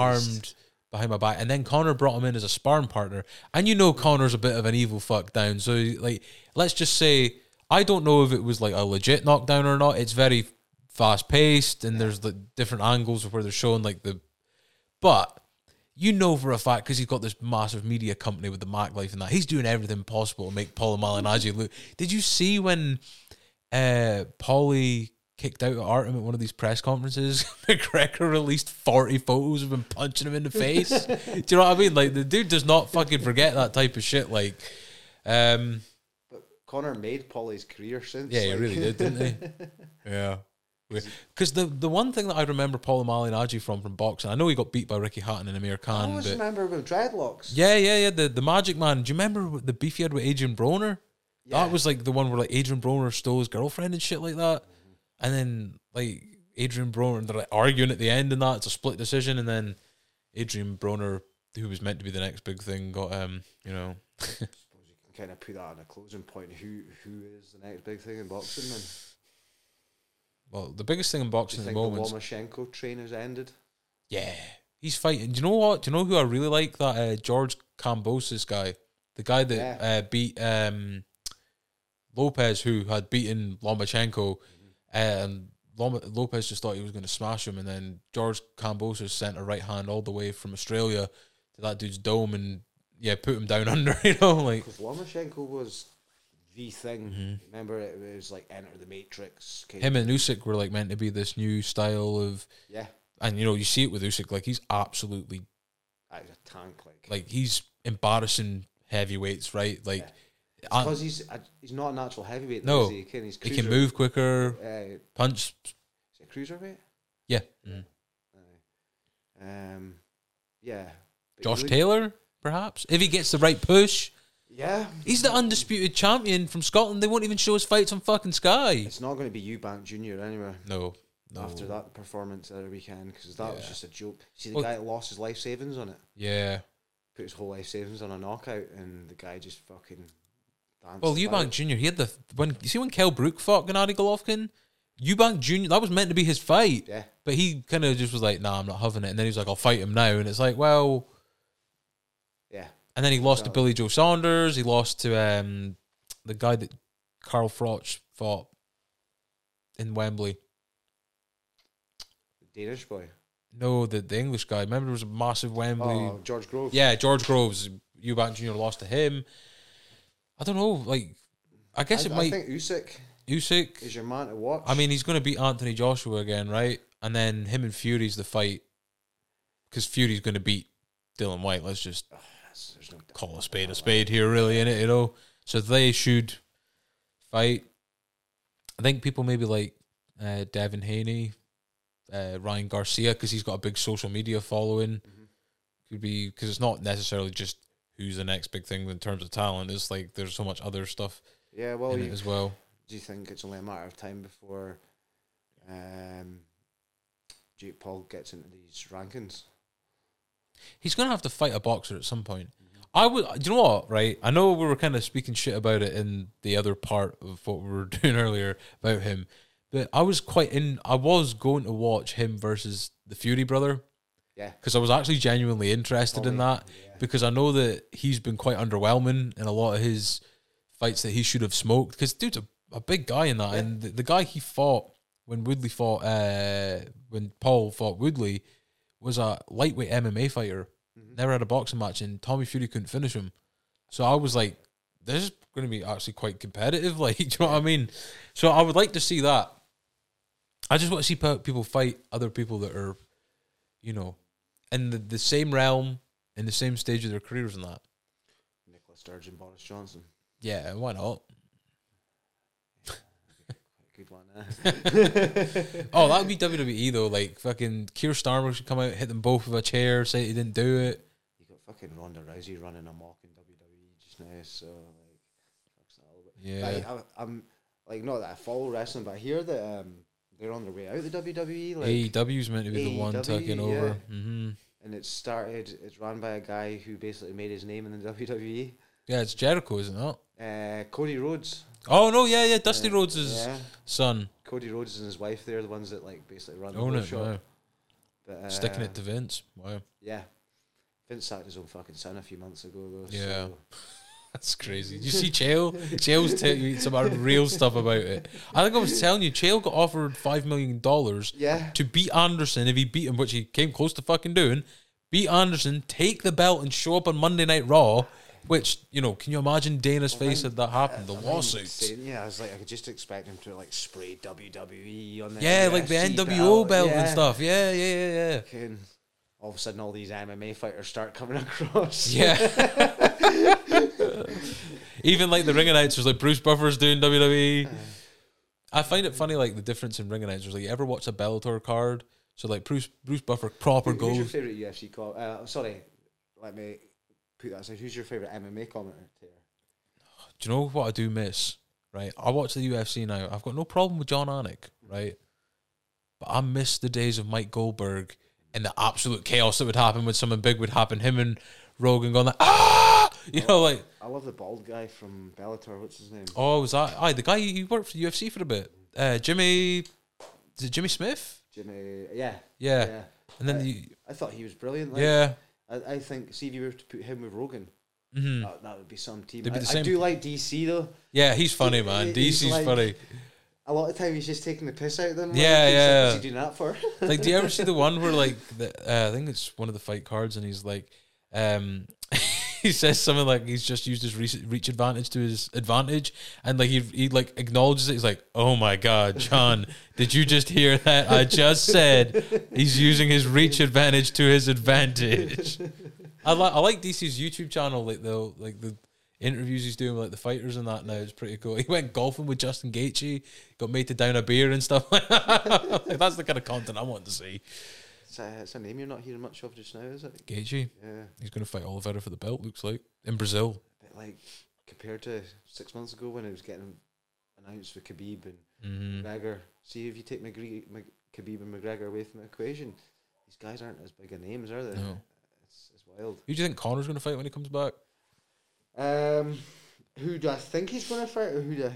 armed behind my back. And then Conor brought him in as a sparring partner. And you know Conor's a bit of an evil fuck down. So like let's just say I don't know if it was like a legit knockdown or not. It's very fast paced and there's the different angles of where they're showing like the but you know for a fact because he's got this massive media company with the Mac Life and that he's doing everything possible to make Paulo Malignaggi look. Did you see when uh Paulie kicked out of Artem at one of these press conferences? McGregor released forty photos of him punching him in the face. Do you know what I mean? Like the dude does not fucking forget that type of shit. Like, um,
Connor made Polly's career since.
yeah, he
like-
really did, didn't he? yeah. Because the the one thing that I remember Paulo Malignaggi from from boxing, I know he got beat by Ricky Hatton and Amir
I
Khan,
always
but
remember with dreadlocks.
yeah, yeah, yeah. The the Magic Man. Do you remember what the beef he had with Adrian Broner? That was like the one where like Adrian Broner stole his girlfriend and shit like that.
Mm-hmm.
And then like Adrian Broner, they're like arguing at the end and that it's a split decision. And then Adrian Broner, who was meant to be the next big thing, got um, you know,
Kind of put that on a closing point. Who who is the next big thing in boxing? Then
well, the biggest thing in
do
boxing
you
at the
think the
moment. is-
Lomachenko train has ended?
Yeah, he's fighting. Do you know what? Do you know who I really like? That uh, George Cambosis guy, the guy that uh, beat um, Lopez, who had beaten Lomachenko, uh, and Loma- Lopez just thought he was going to smash him, and then George Cambosis sent a right hand all the way from Australia to that dude's dome, and yeah, put him down under. You know, like
Because Lomachenko was the thing. Remember, it was like Enter the Matrix. came-
Mm-hmm. him and Usyk were like meant to be this new style of,
Yeah,
and you know, you see it with Usyk, like he's absolutely
that was a tank. Like,
like he's embarrassing heavyweights, right? Like I-
because he's a, he's not a natural heavyweight.
uh, No.
though, is he? He can, he's
he
cruiser,
can move quicker,
Uh, is
punch.
he a cruiserweight?
Yeah,
Mm-hmm.
Mhm.
Aye. Um, yeah. But
Josh
you would-
Taylor, perhaps if he gets the right push,
Yeah,
he's the undisputed champion from Scotland. They won't even show his fights on fucking Sky.
It's not going to be Eubank Junior anyway.
No, no.
After that performance the other weekend, because that was
Yeah.
just a joke. See the
Well-
guy that lost his life savings on it,
yeah.
put his whole life savings on a knockout, and the guy just fucking. Danced
Well,
about.
Eubank Junior, he had the when you see when Kel Brook fought Gennady Golovkin, Eubank Junior, that was meant to be his fight.
Yeah,
But he kind of just was like, nah, I'm not having it. And then he was like, I'll fight him now. And it's like, well.
yeah.
And then he lost to
Exactly.
Billy Joe Saunders. He lost to um, the guy that Carl Froch fought in Wembley.
Danish boy.
No, the, the English guy. Remember, there was a massive Wembley.
Oh, George Grove.
Yeah, George Groves. Eubank Jr. lost to him. I don't know. Like, I guess
I,
it
I
might.
think Usyk
Usyk.
is your man to watch.
I mean, he's going to beat Anthony Joshua again, right? And then him and Fury's the fight because Fury's going to beat Dylan White. Let's just
That's- there's no doubt.
call a spade a spade here, really, in it, you know. So they should fight. I think people maybe like uh, Devin Haney, uh, Ryan Garcia, because he's got a big social media following. Could be because it's not necessarily just who's the next big thing in terms of talent. It's like there's so much other stuff
Oh, Yeah, well,
in
you,
it as well.
do you think it's only a matter of time before um, Jake Paul gets into these rankings?
He's gonna have to fight a boxer at some point. I would. Do you know what? Right. I know we were kind of speaking shit about it in the other part of what we were doing earlier about him, but I was quite in. I was going to watch him versus the Fury brother
Yeah.
because I was actually genuinely interested in that because I know that he's been quite underwhelming in a lot of his fights that he should have smoked because dude's a, a big guy in that and the, the guy he fought when Woodley fought uh, when Paul fought Woodley was a lightweight MMA fighter never had a boxing match and Tommy Fury couldn't finish him so I was like this is going to be actually quite competitive like do you know what I mean so I would like to see that I just want to see pe- people fight other people that are you know in the, the same realm in the same stage of their careers and that.
Nicola Sturgeon, Boris Johnson.
Yeah, why not?
Good one. Eh?
Oh, that would be WWE though. Like fucking Keir Starmer should come out, hit them both with a chair, say he didn't do it.
you got fucking Ronda Rousey running amok in WWE just now, so like, fucks that all.
Yeah.
Like, I, I'm like not that I follow wrestling, but I hear that um, they're on their way out the WWE. Like,
AEW's E meant to be the one
AEW,
taking
yeah.
over. hmm
and it started. It's run by a guy who basically made his name in the WWE.
Yeah, it's Jericho, isn't it?
Uh, Cody Rhodes. Uh,
Oh no, yeah, yeah. Dusty Rhodes'
Yeah,
son.
Cody Rhodes and his wife. They're the ones that like basically run the
Own
whole
it,
show.
wow.
But, uh,
Sticking it to Vince. Wow.
yeah. Vince sacked his own fucking son a few months ago though.
Yeah.
so-
That's crazy. Did you see Chael? Chael's telling you some real stuff about it. I think I was telling you, Chael got offered five million dollars
yeah.
to beat Anderson if he beat him, which he came close to fucking doing. Beat Anderson, take the belt, and show up on Monday Night Raw. Which you know, can you imagine Dana's face had that happened? The lawsuits.
Insane, Yeah, I was like, I could just expect him to like spray WWE on the
Yeah, like the
UFC
NWO belt,
belt,
and
yeah.
stuff. Yeah, yeah, yeah, yeah.
Fucking- all of a sudden, all these MMA fighters start coming across.
Yeah. Even like the ring announcers, like Bruce Buffer's doing WWE. I find it funny, like the difference in ring announcers. Like, you ever watch a Bellator card? So like Bruce Bruce Buffer proper
Who- Who's your
goes.
favorite UFC call? Uh, sorry, let me put that aside. Who's your favorite MMA commentator?
do you know what I do miss? Right, I watch the UFC now. I've got no problem with John Anik, right? But I miss the days of Mike Goldberg and the absolute chaos that would happen when something big would happen. Him and Rogan going like, ah, you know, like,
I love the bald guy from Bellator. What's his name?
oh, was that? Aye, the guy who worked for the UFC for a bit, uh, Jimmy, is it Jimmy Smith?
Jimmy. Yeah.
Yeah,
Yeah.
and then
Uh,
the,
I thought he was brilliant. Like,
yeah,
I, I think see if you were to put him with Rogan,
mhm.
that, that would be some team.
They'd be
I,
the
I
same.
do like DC though.
yeah, he's funny,
He-
man.
he's
DC's
like-
funny.
A lot of time he's just taking the piss out of them.
Yeah,
he's
yeah.
What's he doing that for?
Like, do you ever see the one where like the, uh, I think it's one of the fight cards, and he's like, um, he says something like he's just used his re- reach advantage to his advantage, and like he he like acknowledges it. He's like, oh my god, John, did you just hear that? I just said he's using his reach advantage to his advantage. I like I like DC's YouTube channel, like the like the interviews he's doing with like the fighters and that now. It's pretty cool. He went golfing with Justin Gaethje, got made to down a beer and stuff. like, that's the kind of content I want to see.
It's a, it's a name you're not hearing much of just now, is it?
Gaethje,
Yeah,
he's going to fight Oliveira for the belt. Looks like in Brazil.
but like compared to six months ago when it was getting announced with Khabib and
Mm-hmm.
McGregor. See if you take McGre- Mc- Khabib and McGregor away from the equation, these guys aren't as big a names, are they?
No.
It's, it's wild.
Who do you think Connor's going to fight when he comes back?
Um, who do I think he's going to fight, or who do I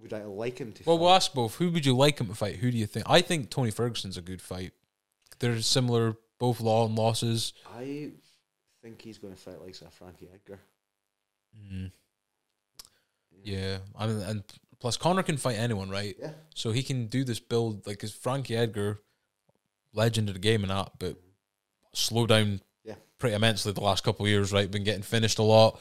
would I like him to?
Well,
fight?
we'll ask both. Who would you like him to fight? Who do you think? I think Tony Ferguson's a good fight. They're similar, both law and losses.
I think he's going to fight like a Frankie Edgar.
Mm. Yeah, I mean, and plus Connor can fight anyone, right?
Yeah.
So he can do this build like is Frankie Edgar, legend of the game and that, but slow down
Yeah.
pretty immensely the last couple of years, right? Been getting finished a lot.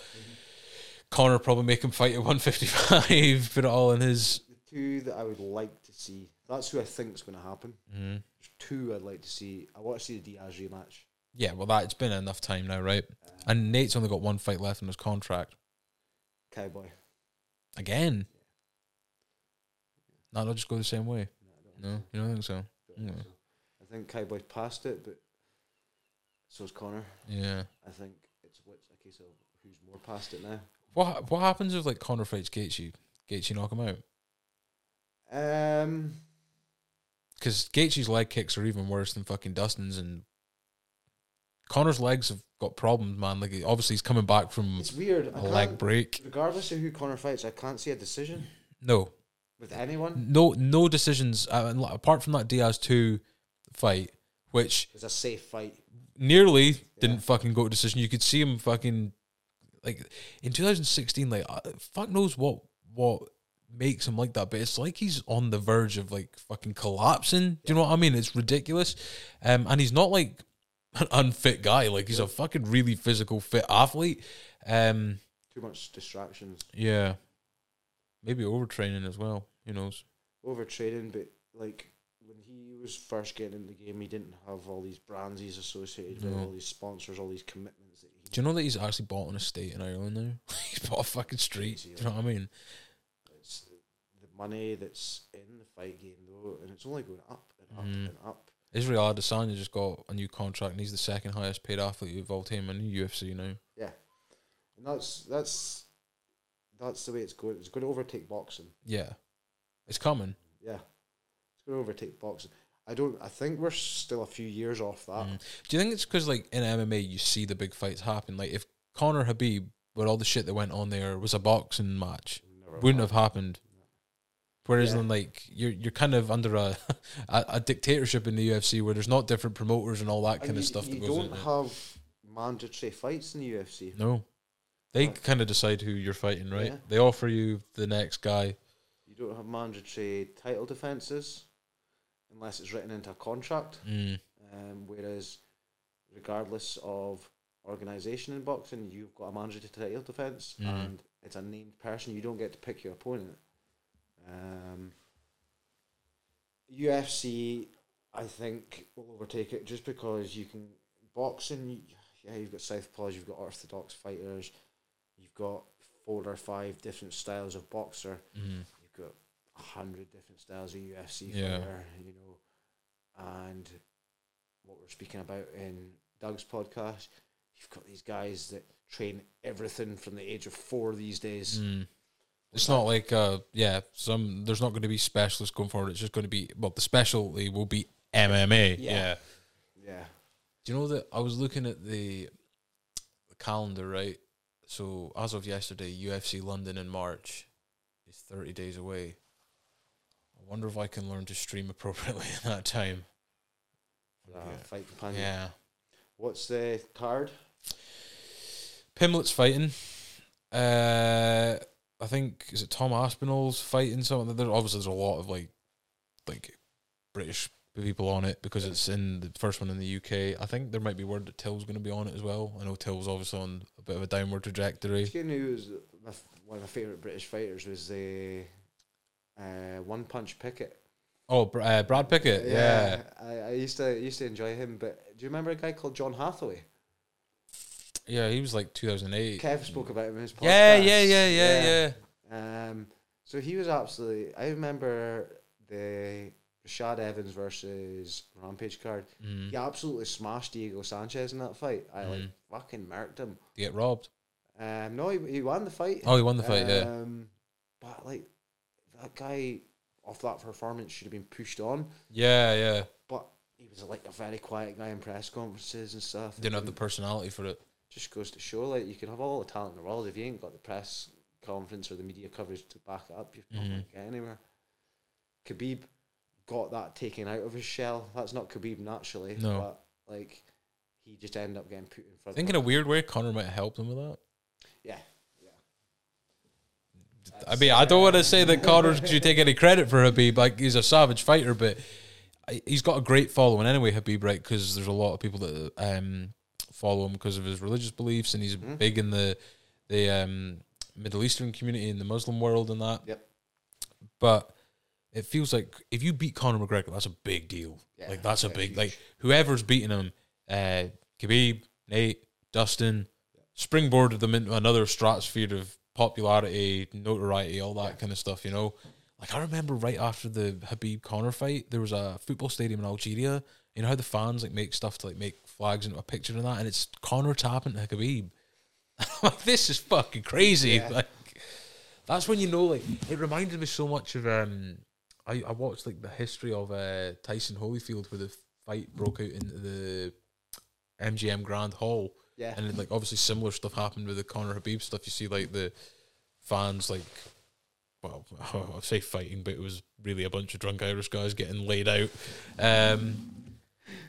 Connor probably make him fight at one fifty five, put it all in his.
The two that I would like to see. That's who I think's going to happen. There's two I'd like to see. I want to see the Diaz rematch.
Yeah, well, that's been enough time now, right? And Nate's only got one fight left in his contract.
Cowboy.
Again. No, they'll just go the same way. No, you don't think so?
Don't think
Yeah.
so. I think Cowboy's past it, but so's Connor.
Yeah.
I think it's what's a case of who's more past it now.
What ha- What happens if like Connor fights Gaethje? Gaethje knock him out
Um,
because Gaethje's leg kicks are even worse than fucking Dustin's, and Connor's legs have got problems, man. Like obviously he's coming back from
it's weird. I
a leg
can't-
break.
regardless of who Connor fights, I can't see a decision
No,
with anyone.
no, no decisions uh, and, like, apart from that Diaz two fight, which
It's a safe fight.
nearly
Yeah.
didn't fucking go to decision. You could see him fucking like in 2016. Like uh, fuck knows what what makes him like that, but it's like he's on the verge of like fucking collapsing. Do you know what I mean? It's ridiculous. Um, and he's not like an unfit guy. Like he's a fucking really physical fit athlete. Um,
Too much distractions,
yeah, maybe overtraining as well. Who knows?
overtraining. But like when he was first getting in the game, he didn't have all these brands he's associated with,
No.
all these sponsors, all these commitments. That he,
Do you know that he's actually bought an estate in Ireland now? he's bought a fucking street. Do you know what I mean?
it's the money that's in the fight game though, and it's only going up and up
Mm.
and up.
Israel Adesanya just got a new contract and he's the second highest paid athlete of all time in the UFC now.
And that's that's that's the way it's going. It's going to overtake boxing.
Yeah. It's coming.
Yeah, it's going to overtake boxing. I don't. I think we're still a few years off that.
Mm. Do you think it's because, like, in MMA, you see the big fights happen? Like, if Conor Habib, with all the shit that went on there, was a boxing match,
Never
wouldn't have
happened.
happened. Whereas,
Yeah.
then, like, you're you're kind of under a, a a dictatorship in the UFC where there's not different promoters and all that
And
kind
you,
of stuff
You
that goes
don't
in. it.
have mandatory fights in the UFC.
no. They
Right.
kind of decide who you're fighting, right?
Yeah.
They offer you the next guy.
You don't have mandatory title defenses unless it's written into a contract.
Mm.
Um, whereas, regardless of organization in boxing, you've got a mandatory title defense,
Mhm.
and it's a named person. You don't get to pick your opponent. Um, UFC, I think, will overtake it just because you can boxing. Yeah, you've got southpaws, you've got orthodox fighters, you've got four or five different styles of boxer
Mm.
you've got a hundred different styles of UFC
Yeah.
fighter, you know, and what we're speaking about in Doug's podcast, you've got these guys that train everything from the age of four these days.
Mm. It's not like uh yeah, some there's not going to be specialists going forward. It's just going to be well, the specialty will be MMA.
Yeah.
Yeah.
Yeah,
Do you know that I was looking at the, the calendar right? So as of yesterday, UFC London in March is 30 days away. I wonder if I can learn to stream appropriately in that time.
uh,
Yeah.
fight companion.
Yeah.
What's the card?
Pimlet's fighting. Uh, I think is it Tom Aspinall's fighting something. There obviously there's a lot of like, like British people on it because it's in the first one in the UK. I think there might be word that Till's going to be on it as well. I know Till's obviously on a bit of a downward trajectory.
You know, was my, f- one of my favorite British fighters was the uh, One Punch Pickett.
Oh, Br- uh, Brad Pickett, yeah.
I, I used to used to enjoy him. But do you remember a guy called John Hathaway?
Yeah, he was like 2008.
Kev spoke about him in his podcast.
yeah, yeah, yeah, yeah, yeah.
Um, so he was absolutely. I remember the Rashad Evans versus Rampage card.
Mm.
He absolutely smashed Diego Sanchez in that fight. I like
Mm.
fucking murked him.
To get robbed.
Um, no, he, he won the fight.
Oh, he won the fight. yeah.
Um, but like that guy off that performance should have been pushed on.
Yeah, yeah.
But he was like a very quiet guy in press conferences and stuff.
Didn't have the
And
personality for it.
just goes to show like you can have all the talent in the world if you ain't got the press conference or the media coverage to back it up, you're not going
Mhm.
to get anywhere. Khabib got that taken out of his shell. That's not Khabib naturally,
No.
but like he just ended up getting put in
I
front.
think in a weird way, Connor might have helped him with that.
yeah, yeah.
I mean, I don't want to say that Connor should take any credit for Habib. Like he's a savage fighter, but I- he's got a great following anyway, Habib, right? Because there's a lot of people that um, follow him because of his religious beliefs, and he's big in the the um, Middle Eastern community and the Muslim world and that.
Yep.
But it feels like if you beat Conor McGregor, that's a big deal.
Yeah,
like that's a
yeah,
big
huge.
like whoever's beating him, uh, Khabib, Nate, Dustin, springboarded them into another stratosphere of popularity, notoriety, all that kind of stuff. You know, like I remember right after the Habib Conor fight, there was a football stadium in Algeria. You know how the fans like make stuff to like make flags into a picture and that, and it's Conor tapping to Khabib. like this is fucking crazy.
Yeah.
Like that's when you know. Like it reminded me so much of um. I, I watched like the history of uh, Tyson Holyfield where the fight broke out into the MGM Grand Hall
Yeah.
and then, like obviously similar stuff happened with the Conor Habib stuff. You see like the fans like, well, I say fighting, but it was really a bunch of drunk Irish guys getting laid out. Um,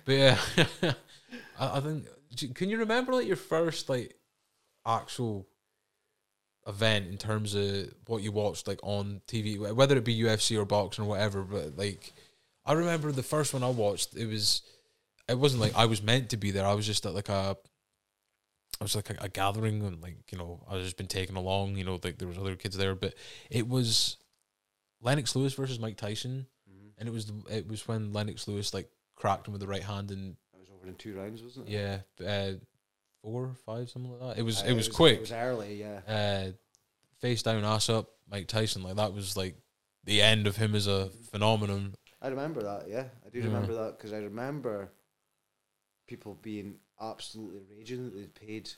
but yeah, I, I think. do- Can you remember like your first like actual event in terms of what you watched like on TV, wh- whether it be UFC or boxing or whatever? But like, I remember the first one I watched. It was. It wasn't like I was meant to be there. I was just at like a it was like a, a gathering and like you know I was just been taken along you know like there was other kids there but it was Lennox Lewis versus Mike Tyson
Mhm.
and it was the, it was when Lennox Lewis like cracked him with the right hand and
That was over in two rounds, wasn't it?
yeah uh, four five something like that it was
Uh,
it was quick
It was early, yeah.
uh, face down ass up Mike Tyson like that was like the end of him as a phenomenon
I remember that. Yeah, I do
Yeah.
remember that because I remember people being absolutely raging that they paid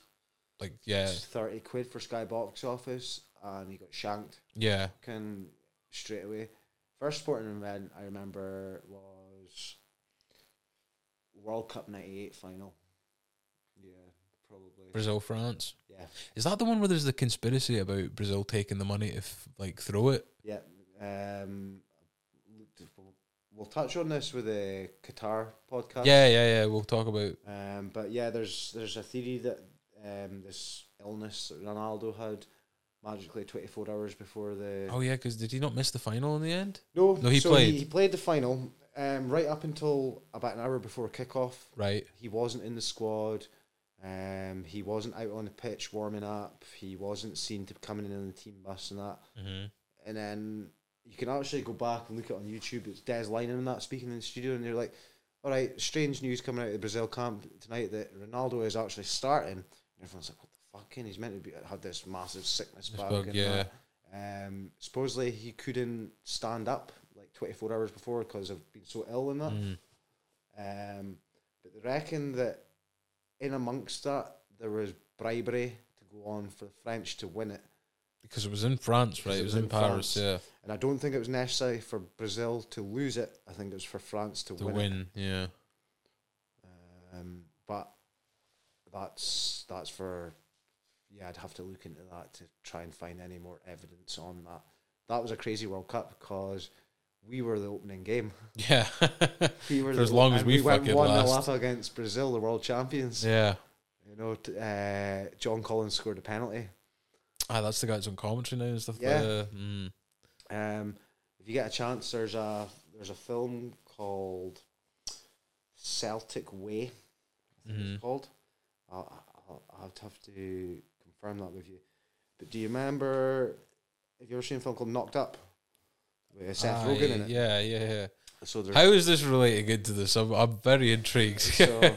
like yeah
thirty quid for Sky Box Office and he got shanked
yeah
can straight away. First sporting event I remember was World Cup '98 final. Yeah, probably.
Brazil France
Yeah,
is that the one where there's the conspiracy about Brazil taking the money to f- like throw it
yeah. Um, we'll- we'll touch on this with the Qatar podcast.
yeah yeah yeah we'll talk about
Um, but yeah, there's there's a theory that um, this illness that Ronaldo had magically 24 hours before the.
Oh yeah, because did he not miss the final in the end?
no,
no, he
so
played.
He, he played the final um, right up until about an hour before kickoff.
Right.
He wasn't in the squad. Um, he wasn't out on the pitch warming up. He wasn't seen to be coming in on the team bus and that.
Mm-hmm.
And then you can actually go back and look at it on YouTube. It's Des Linen and that speaking in the studio, and they're like, "All right, strange news coming out of the Brazil camp tonight that Ronaldo is actually starting." And everyone's like, "What the fucking?" He's meant to be had this massive sickness
This
bug.
bug,
and
yeah.
that. Um, supposedly he couldn't stand up like 24 hours before because of being so ill and that.
Mm.
Um, but they reckon that in amongst that there was bribery to go on for the French to win it.
Because it was in France, right?
Because
It was in, Paris,
France.
yeah.
And I don't think it was necessary for Brazil to lose it. I think it was for France to,
To
win.
win,
it.
yeah.
Um, but that's that's for yeah. I'd have to look into that to try and find any more evidence on that. That was a crazy World Cup because we were the opening game.
Yeah.
We were
For
the-
as long as
and
we
went
fucking
one
last.
up against Brazil, the world champions.
yeah.
You know, t- uh, John Collins scored a penalty.
Ah, that's the guy that's on commentary now and stuff.
Yeah.
Yeah. Mm.
Um, if you get a chance, there's a there's a film called Celtic Way. I think
Mhm.
it's called. I'll, I'll, I'll have to confirm that with you. But do you remember? Have you ever seen a film called Knocked Up with Seth
Ah,
Rogen in it?
Yeah, yeah, yeah.
So there's
How is this relating into this? I'm, I'm very intrigued.
so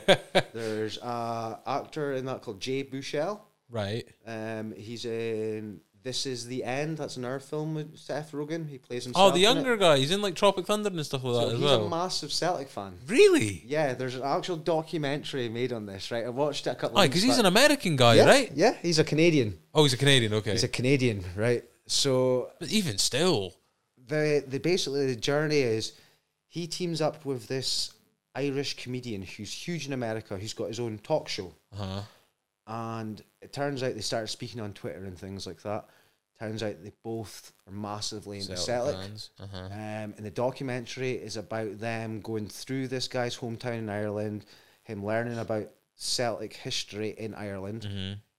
there's a actor in that called Jay Bouchel.
right.
Um, he's in This Is the End. That's another film with Seth Rogen. He plays himself.
Oh, the
in it.
younger guy. He's in like Tropic Thunder and stuff like
So
that as
he's
well.
a massive Celtic fan.
really?
Yeah, there's an actual documentary made on this. Right, I watched it a couple.
Oh,
of
because he's an
back.
American guy,
yeah,
right?
Yeah, he's a Canadian.
Oh, he's a Canadian. Okay.
He's a Canadian, right? So
but even still,
the the basically the journey is he teams up with this Irish comedian who's huge in America. Who's got his own talk show.
uh-huh.
and it turns out they started speaking on Twitter and things like that. Turns out they both are massively into Celtic.
fans. Uh-huh.
Um, and the documentary is about them going through this guy's hometown in Ireland, him learning about Celtic history in Ireland.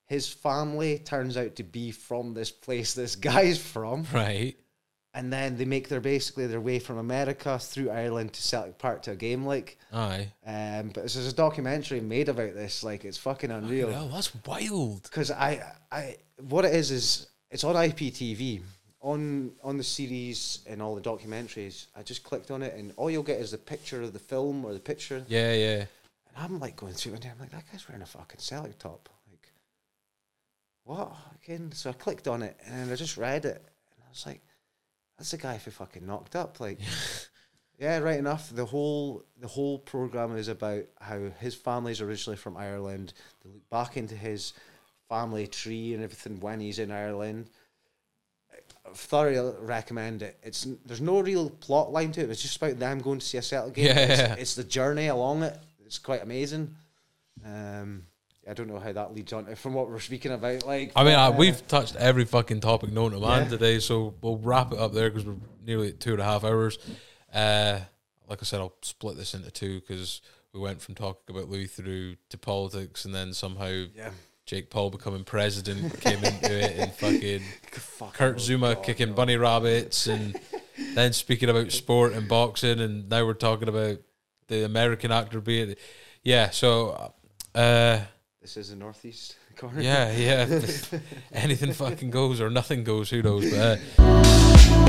His family turns out to be from this place this guy's from,
Right.
and then they make their basically their way from America through Ireland to Celtic Park to a game like.
Aye.
Um, but there's a documentary made about this, like it's fucking unreal
Well, that's wild.
because I, I, what it is is it's on IPTV on on the series and all the documentaries. I just clicked on it, and all you'll get is the picture of the film or the picture. And
Yeah, yeah.
I'm like going through, and I'm like, that guy's wearing a fucking Celtic top. Like, what? Again? So I clicked on it, and I just read it, and I was like, that's the guy who fucking knocked up. Like, yeah, right enough. The whole the whole program is about how his family's originally from Ireland. They look back into his family tree and everything when he's in Ireland. I thoroughly recommend it. It's n- there's no real plot line to it. It's just about them going to see a Celtic game.
Yeah.
It's, it's the journey along it. It's quite amazing. Um, I don't know how that leads on to- from what we're speaking about. Like,
I mean, I,
uh,
we've touched every fucking topic known to man
Yeah.
today, so we'll wrap it up there because we're nearly at two and a half hours. Uh, like I said, I'll split this into two because we went from talking about Louis through to politics, and then somehow
yeah,
Jake Paul becoming president came into it, and fucking
Fuck,
Kurt
oh
Zuma
God,
kicking
no.
bunny rabbits, and then speaking about sport and boxing, and now we're talking about the American actor being, yeah. So. Uh,
This is the northeast corner.
yeah, yeah. Anything fucking goes or nothing goes. Who knows? But uh,